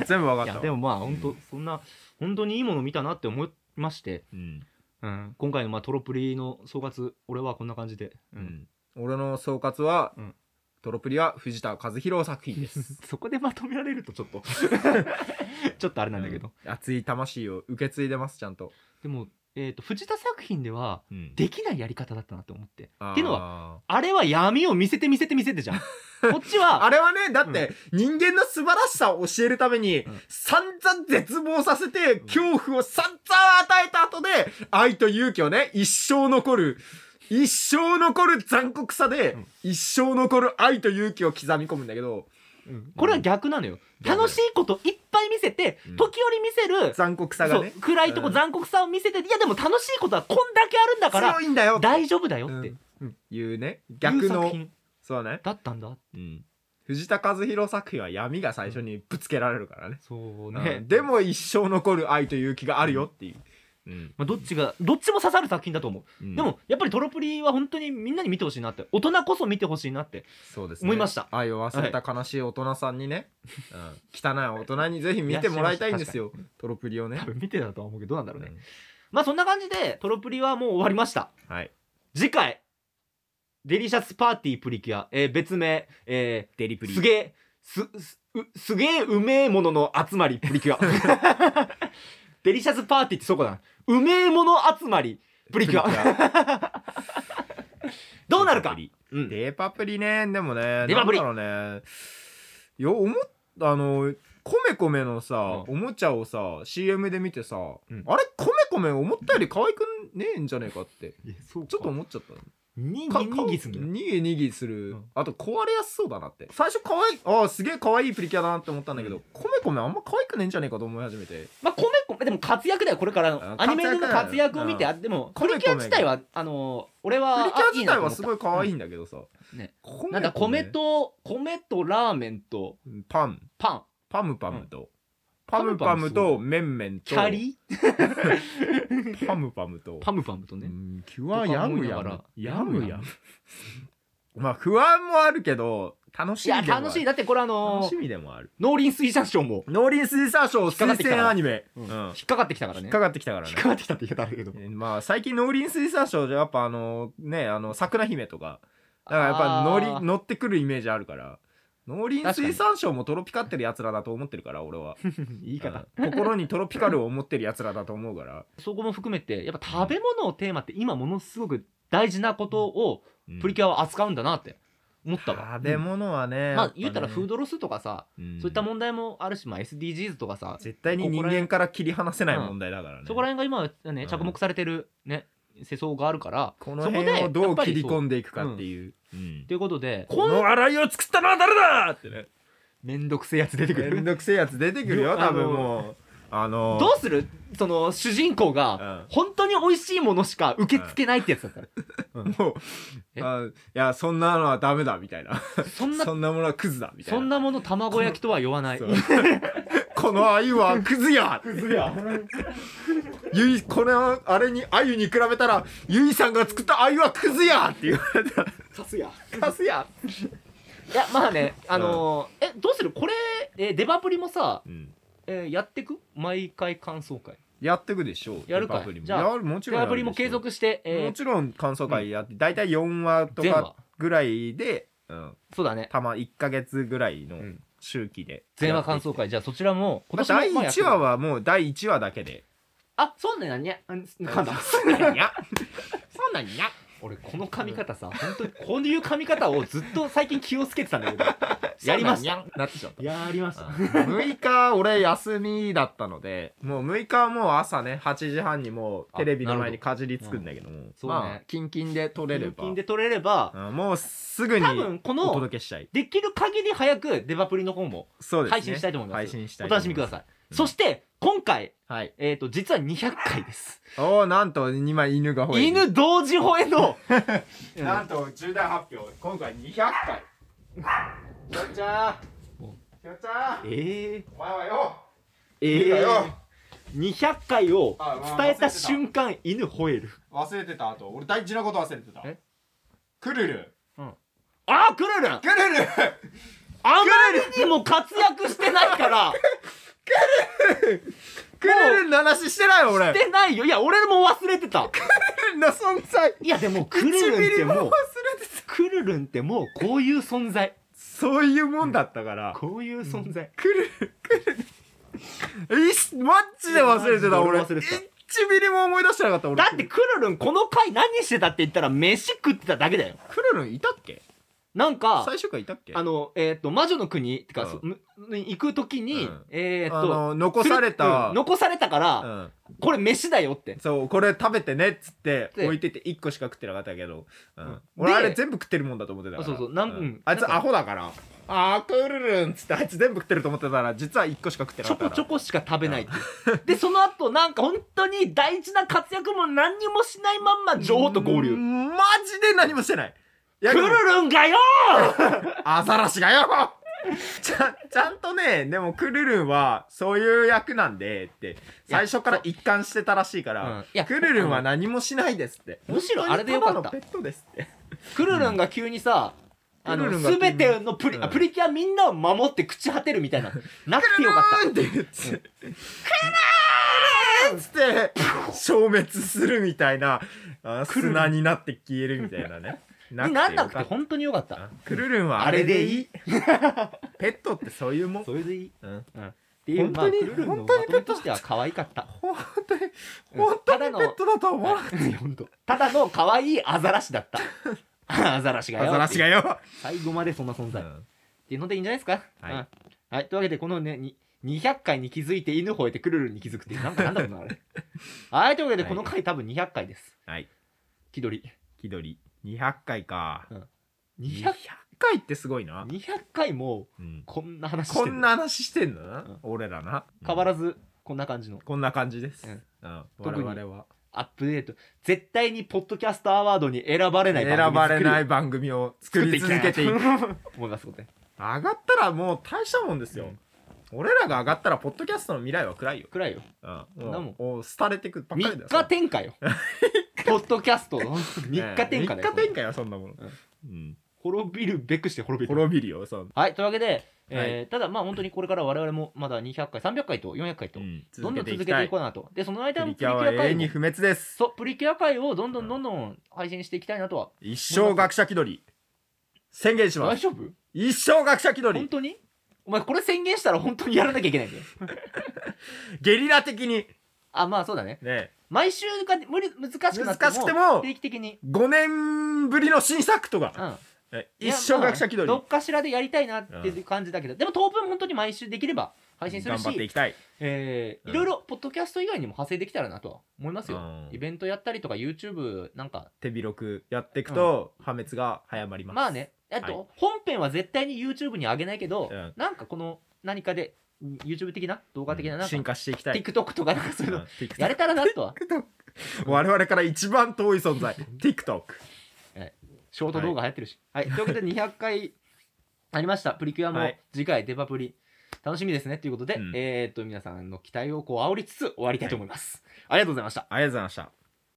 S2: た
S1: や
S2: わ
S1: でもまあ本当そんな本当にいいもの見たなって思いまして、
S2: うん
S1: うん、今回のまあトロプリの総括俺はこんな感じで、
S2: う
S1: うん
S2: ん俺の総括は、
S1: うん
S2: トロプリは藤田和弘作品です
S1: そこでまとめられるとちょっとちょっとあれなんだけど、
S2: うん熱い魂を受け継いでますちゃんと、
S1: でも、えー、と藤田作品では
S2: うん
S1: できないやり方だったなと思って
S2: あー
S1: っていうのあれは闇を見せて見せて見せてじ ゃんこっちは
S2: あれはねだって人間の素晴らしさを教えるために
S1: うん
S2: 散々絶望させて
S1: ん
S2: 恐怖を散々与えた後で愛と勇気をね一生残る一生残る残酷さで
S1: うん
S2: 一生残る愛と勇気を刻み込むんだけど
S1: これは逆なのよ、
S2: 逆
S1: 楽しいこといっぱい見せて、
S2: うん
S1: 時折見せる、
S2: 残酷さがね
S1: そう暗いと
S2: う
S1: こ
S2: ん
S1: 残酷さを見せて、いやでも楽しいことはこんだけあるんだから
S2: 強いんだよって
S1: 大丈夫だよって、
S2: うんいうね逆
S1: いう作
S2: の
S1: 品
S2: そうね
S1: だったんだ
S2: 藤田和弘作品は闇が最初にぶつけられるからね
S1: そうね、
S2: うんでも一生残る愛と勇気があるよっていう、うん
S1: まあ、どっちがどっちも刺さる作品だと思う、
S2: うん
S1: でもやっぱりトロプリは本当にみんなに見てほしいなって大人こそ見てほしいなって
S2: そうですね、
S1: 思いました
S2: 愛を忘れた悲しい大人さん にね、うん、汚い大人にぜひ見てもらいたいんですよトロプリをね
S1: 多、分見てたとは思うけどどうなんだろうね、
S2: うん
S1: まあそんな感じでトロプリはもう終わりました
S2: はい
S1: 次回デリシャスパーティープリキュア、えー別名、え
S2: デリ
S1: ー
S2: プリ
S1: すげえすすうすげえうめえものの集まりプリキュ アデリシャスパーティーってそこだなうめえもの集まりプリキュア どうなるか、うん
S2: デパプリねでもね
S1: デパプリ
S2: なんだろうねよ思ったあのコメコメのさ、おもちゃをさ CM で見てさ、
S1: ん
S2: あれコメコメ思ったより可愛くねえんじゃねえかって
S1: そう
S2: ちょっと思っちゃった
S1: に
S2: か
S1: ぎにぎすんだ
S2: か
S1: よ
S2: にぎにぎする、
S1: うん
S2: あと壊れやすそうだなって最初可愛いああすげえ可愛いプリキュアだなって思ったんだけど、
S1: うん
S2: コメコメあんま可愛くねえんじゃねえかと思い始めて
S1: まあ、コメコメでも活躍だよこれからの
S2: あ
S1: アニメでの活
S2: 活躍
S1: 躍を見て、
S2: うん
S1: あでも
S2: コ
S1: プリ
S2: メコメ
S1: キュア自体はあのー俺は
S2: プリキュア自体は
S1: あ
S2: すごい可愛い
S1: い
S2: んだけどさ、
S1: うんね
S2: コメコメ
S1: なと思ったなんか米と米とラーメンと
S2: パン
S1: パン
S2: パムパムと、パ
S1: パ
S2: ム
S1: ム
S2: パ
S1: パ
S2: ム
S1: ム
S2: とメンメンと
S1: キャリ
S2: パムパムと
S1: パムパムとね、
S2: うんキュアヤムヤ
S1: とか
S2: ム
S1: 思いな
S2: ヤ
S1: がら
S2: ムヤムまあ不安もあるけど楽し
S1: い
S2: みでも
S1: や
S2: ある
S1: 楽しいだってこれあの
S2: 楽し
S1: ー
S2: みでもある
S1: 農林水産省も
S2: 農林水産省
S1: かかっ
S2: 推
S1: てきたから
S2: 薦アニメ、
S1: うん
S2: うん
S1: 引っかかってきたから
S2: 引
S1: ね
S2: っかかってきたから
S1: 引
S2: ね
S1: っかかってきたって言い方あるけど
S2: えーまあ最近農林水産省じゃやっぱあのねあの桜姫とかだからやっぱ乗
S1: あー
S2: り乗ってくるイメージあるから農林水産省もトロピカってるやつらだと思ってるから俺は
S1: 言い方
S2: うん心にトロピカルを思ってるやつらだと思うから、
S1: そこも含めてやっぱ食べ物をテーマって今ものすごく大事なことをプリキ
S2: ュ
S1: ュアは扱うんだなって思ったわ、
S2: 食べ物はね、
S1: ま
S2: や
S1: あ
S2: っぱね
S1: 言ったらフードロスとかさ、
S2: うん
S1: そういった問題もあるし、まあ、SDGs とかさ、
S2: 絶対に人間から切り離せない問題だからね、
S1: そこら辺が今、
S2: う
S1: ね、
S2: ん
S1: 着目されてる、ね世相があるから
S2: この
S1: そこで
S2: 辺をど
S1: や
S2: う
S1: っぱ
S2: 切
S1: り
S2: り
S1: そう
S2: 込んでいくかっていう、うん
S1: ということで
S2: この洗いを作ったのは誰だっ てね
S1: めんどくせえやつ出てく
S2: めん
S1: る
S2: どくせえやつ出てくるよ多分もうあのー
S1: どうするその主人公
S2: う
S1: が
S2: ん
S1: 本当に美味しいものしか受け付けないってやつだったら、
S2: もう
S1: え
S2: あいやそんなのはダメだみたいな
S1: そんな
S2: そんなものはクズだみたい
S1: そん
S2: な
S1: なもの卵焼きとは言わない
S2: そうこの鮎はクズやクズやゆいこのあれに鮎に比べたらゆいさんが作った鮎はクズやって言われた
S1: さすや
S2: らカスや、
S1: いやまあねあのーえどうするこれ、えデバプリもさ、えーやってく毎回感想会
S2: やってくでしょう
S1: やるかい
S2: デパプリも
S1: じゃあ
S2: やるもち
S1: デ
S2: ろんや
S1: バ
S2: る
S1: プ
S2: で
S1: リも継
S2: しょう
S1: 続して、え
S2: も
S1: ー
S2: ちろん感想会やって、大体4話と
S1: 全話
S2: かぐらいで、うん、
S1: そうだね
S2: たま1か月ぐらいの
S1: うん
S2: 周期で
S1: 全話感想会じゃあそちらも今
S2: まあ
S1: 年も
S2: 第
S1: まあやって
S2: 1
S1: る
S2: 話はもう第1話だけで
S1: あそうなんやにゃあん噛んだ
S2: そんなんやそうなんや
S1: 俺この髪型さ本当にこういう髪型をずっと最近気をつけてたんだけどやりました
S2: そうなんやなってちゃった
S1: やりました
S2: 6日俺休みだったのでもう6日はもう朝ね8時半にもうテレビの前にかじりつくんだけども
S1: そうね
S2: まあキンキンで取れれば
S1: 金で取れれば
S2: うんもうすぐに
S1: 多分こ
S2: お
S1: の
S2: 届けしたい
S1: できる限り早くデバプリの方も
S2: そうですね
S1: 配信したいと思います
S2: 配信したい
S1: お
S2: と思
S1: 楽しみください、
S2: うん
S1: そして今回
S2: いはい
S1: えっ、と実は200回です
S2: おおなんと今犬が吠え
S1: 犬同時吠えの
S2: るなんと重大発表今回200回ひよっちゃん
S1: お
S2: ひよっちゃん
S1: え
S2: お前はよ
S1: ー、え
S2: いいかよ
S1: ー、200回を
S2: あまあ
S1: 伝えた瞬間犬吠える
S2: 忘れてたあと俺大事なこと忘れてた
S1: え
S2: くるる
S1: あークルルン
S2: くるる
S1: あまりにも活躍してないから
S2: くるるの話してないよ俺
S1: してないよいや俺も忘れてた
S2: ルルンの存在
S1: いやでもクルルンって
S2: 唇も忘
S1: もう
S2: れてた
S1: クルルンってもうこういう存在
S2: そういうもんだったから
S1: こういう存在
S2: くるるくるえいっすマジで忘れてた俺
S1: マジで俺忘れてた
S2: 1ミリも思い出してなかった俺
S1: だってクルルンこの回何してたって言ったら飯食ってただけだよ
S2: くるるんいたっけ
S1: なんか
S2: 最初からいたっけ
S1: あのえっ、と魔女の国ってか、
S2: うん
S1: そむ行く時に、
S2: うん
S1: えっ、
S2: あ
S1: と
S2: の残され
S1: う
S2: た
S1: ん、残されたから、
S2: うん
S1: これ飯だよって
S2: そうこれ食べてねっつって
S1: で
S2: 置いてて1個しか食ってなかったけどうん
S1: うん
S2: 俺
S1: で
S2: あれ全部食ってるもんだと思ってたから
S1: あそうそうなんうん
S2: あい
S1: なん
S2: つ
S1: か
S2: アホだからあーくるるんっつってあいつ全部食ってると思ってたら実は1個しか食って
S1: ち
S2: なか
S1: ょ
S2: った
S1: こ
S2: から
S1: ちょこしか食べないっていうでその後なんか本当に大事な活躍も何にもしないまんま女王と合流
S2: マジで何もしてないいや
S1: ク
S2: で
S1: ル
S2: も
S1: ルンがよ
S2: アザラシがよちゃちゃんとねでもクルルンはそういう役なんでって最初から一貫してたらしいか
S1: うん
S2: ら
S1: いや
S2: クルルンは何もしないですって
S1: むしろあれでよかった
S2: 本当にただのペットですって
S1: クルルンが急にさ、あ
S2: ク
S1: の
S2: ルルンが急に
S1: 全てのプリ,、
S2: うん
S1: プリキュアみんなを守って朽ち果てるみ たいななくてよかっ
S2: クルルンって言って、クルルンっつって消滅するみたいなあ
S1: クルルン
S2: 砂になって消えるみたい なね
S1: たになんなく
S2: よ
S1: て
S2: かっ
S1: 本当によかったた
S2: クルルンはあれでいいペットってそういうもん
S1: それでいいっ
S2: うん
S1: ていう
S2: 本当に
S1: まあ、クルルンのま
S2: 本当に
S1: とめとしては可愛かった
S2: 本当に
S1: うん
S2: 本当
S1: ただ
S2: に
S1: の
S2: ペットだとは思わなかった
S1: いや本当ただの可愛いアザラシだ ったアザラシがよ
S2: アザラシがよ。
S1: 最後までそんな存在、っていうのでいいんじゃないですか
S2: はい
S1: うんはい、というわけでこのねに200回に気づいて犬吠えてくるるに気づくっていうなんかなんだろうな あれはいというわけでこの回多分200回です
S2: はい。
S1: 気取
S2: 気取り。200回か。
S1: り 200,
S2: 回ってすごいな。
S1: 200回も
S2: うん
S1: こんな話して
S2: こ
S1: る
S2: んな話してんのな
S1: うん
S2: 俺らな。
S1: 変わ
S2: ら
S1: らずこんな感じの
S2: こんな感じです。
S1: う
S2: うんん。我
S1: 特に
S2: 々は。
S1: アップデート絶対にポッドキャストアワードに選ばれない
S2: 選ばれないい番組を作り続 けていく。
S1: 思いますので
S2: 上がったらもう大したもんですよ。俺らが上がったら、ポッドキャストの未来は暗いよ。
S1: 暗いよ
S2: うん
S1: そんなもん
S2: もう、もう廃れてくばっかりだ
S1: 3
S2: よ。
S1: 日天下よポッドキャストの3日天下だよ
S2: 3日天下よ、そんなもの。
S1: うん
S2: うん。
S1: 滅びるべくして滅びる
S2: 滅びるよ、そん
S1: はいというわけで、えーただまあ本当にこれから我々もまだ200回300回と400回と、
S2: うん。
S1: どんどん続け
S2: きた
S1: ていこうなとでその間も
S2: プリ
S1: プ
S2: キ
S1: リ
S2: ュ
S1: キ
S2: ア
S1: ュ
S2: は
S1: ア
S2: 永
S1: 会
S2: 遠
S1: も
S2: に不滅です。
S1: そうプリキュア会をどんどんどんどん配信していきたいなとは
S2: 一生学者気取り。宣言しま
S1: 大
S2: す。
S1: 丈夫
S2: 一生学者気取
S1: 本
S2: り。
S1: 当にお前これ宣言したら本当にやらなきゃいけないんだよ
S2: ゲリラ的に。
S1: あまあそうだね
S2: ね
S1: 毎週が無理難しくなっても
S2: 難しくても
S1: 定期的に
S2: 5年ぶりの新作と
S1: う
S2: か。
S1: ん
S2: え一生学者気取
S1: いやまあど
S2: り。
S1: っかしらでやりたいなっていう感じだけど、でも当分本当に毎週できれば配信する
S2: 頑張ってい
S1: し、
S2: きたい。
S1: えー
S2: う
S1: い
S2: ん
S1: ろいろポッドキャスト以外にも派生できたらなとは思いますよ、
S2: うん
S1: イベントやったりとか YouTube なんか
S2: 手広くやっていくと破滅が早まります。
S1: まあ。ねあと、
S2: は
S1: 本編は絶対に YouTube に上げないけど、
S2: うん
S1: なんかこの何かで YouTube 的な動画的ななんか、
S2: 進化していきたい。
S1: TikTok とかなんかそういううんの、 やれたらなとは
S2: TikTok 我々から一番遠い存在。TikTok。
S1: ショート動画流行ってるしはい、ということで200回ありましたプリキュア
S2: は
S1: も
S2: い
S1: 次回デバプリ楽しみですねということで、
S2: うん
S1: えーっと皆さんの期待をこう煽りつつ終わりたいと思います、ありがとうございました
S2: ありがとうございました。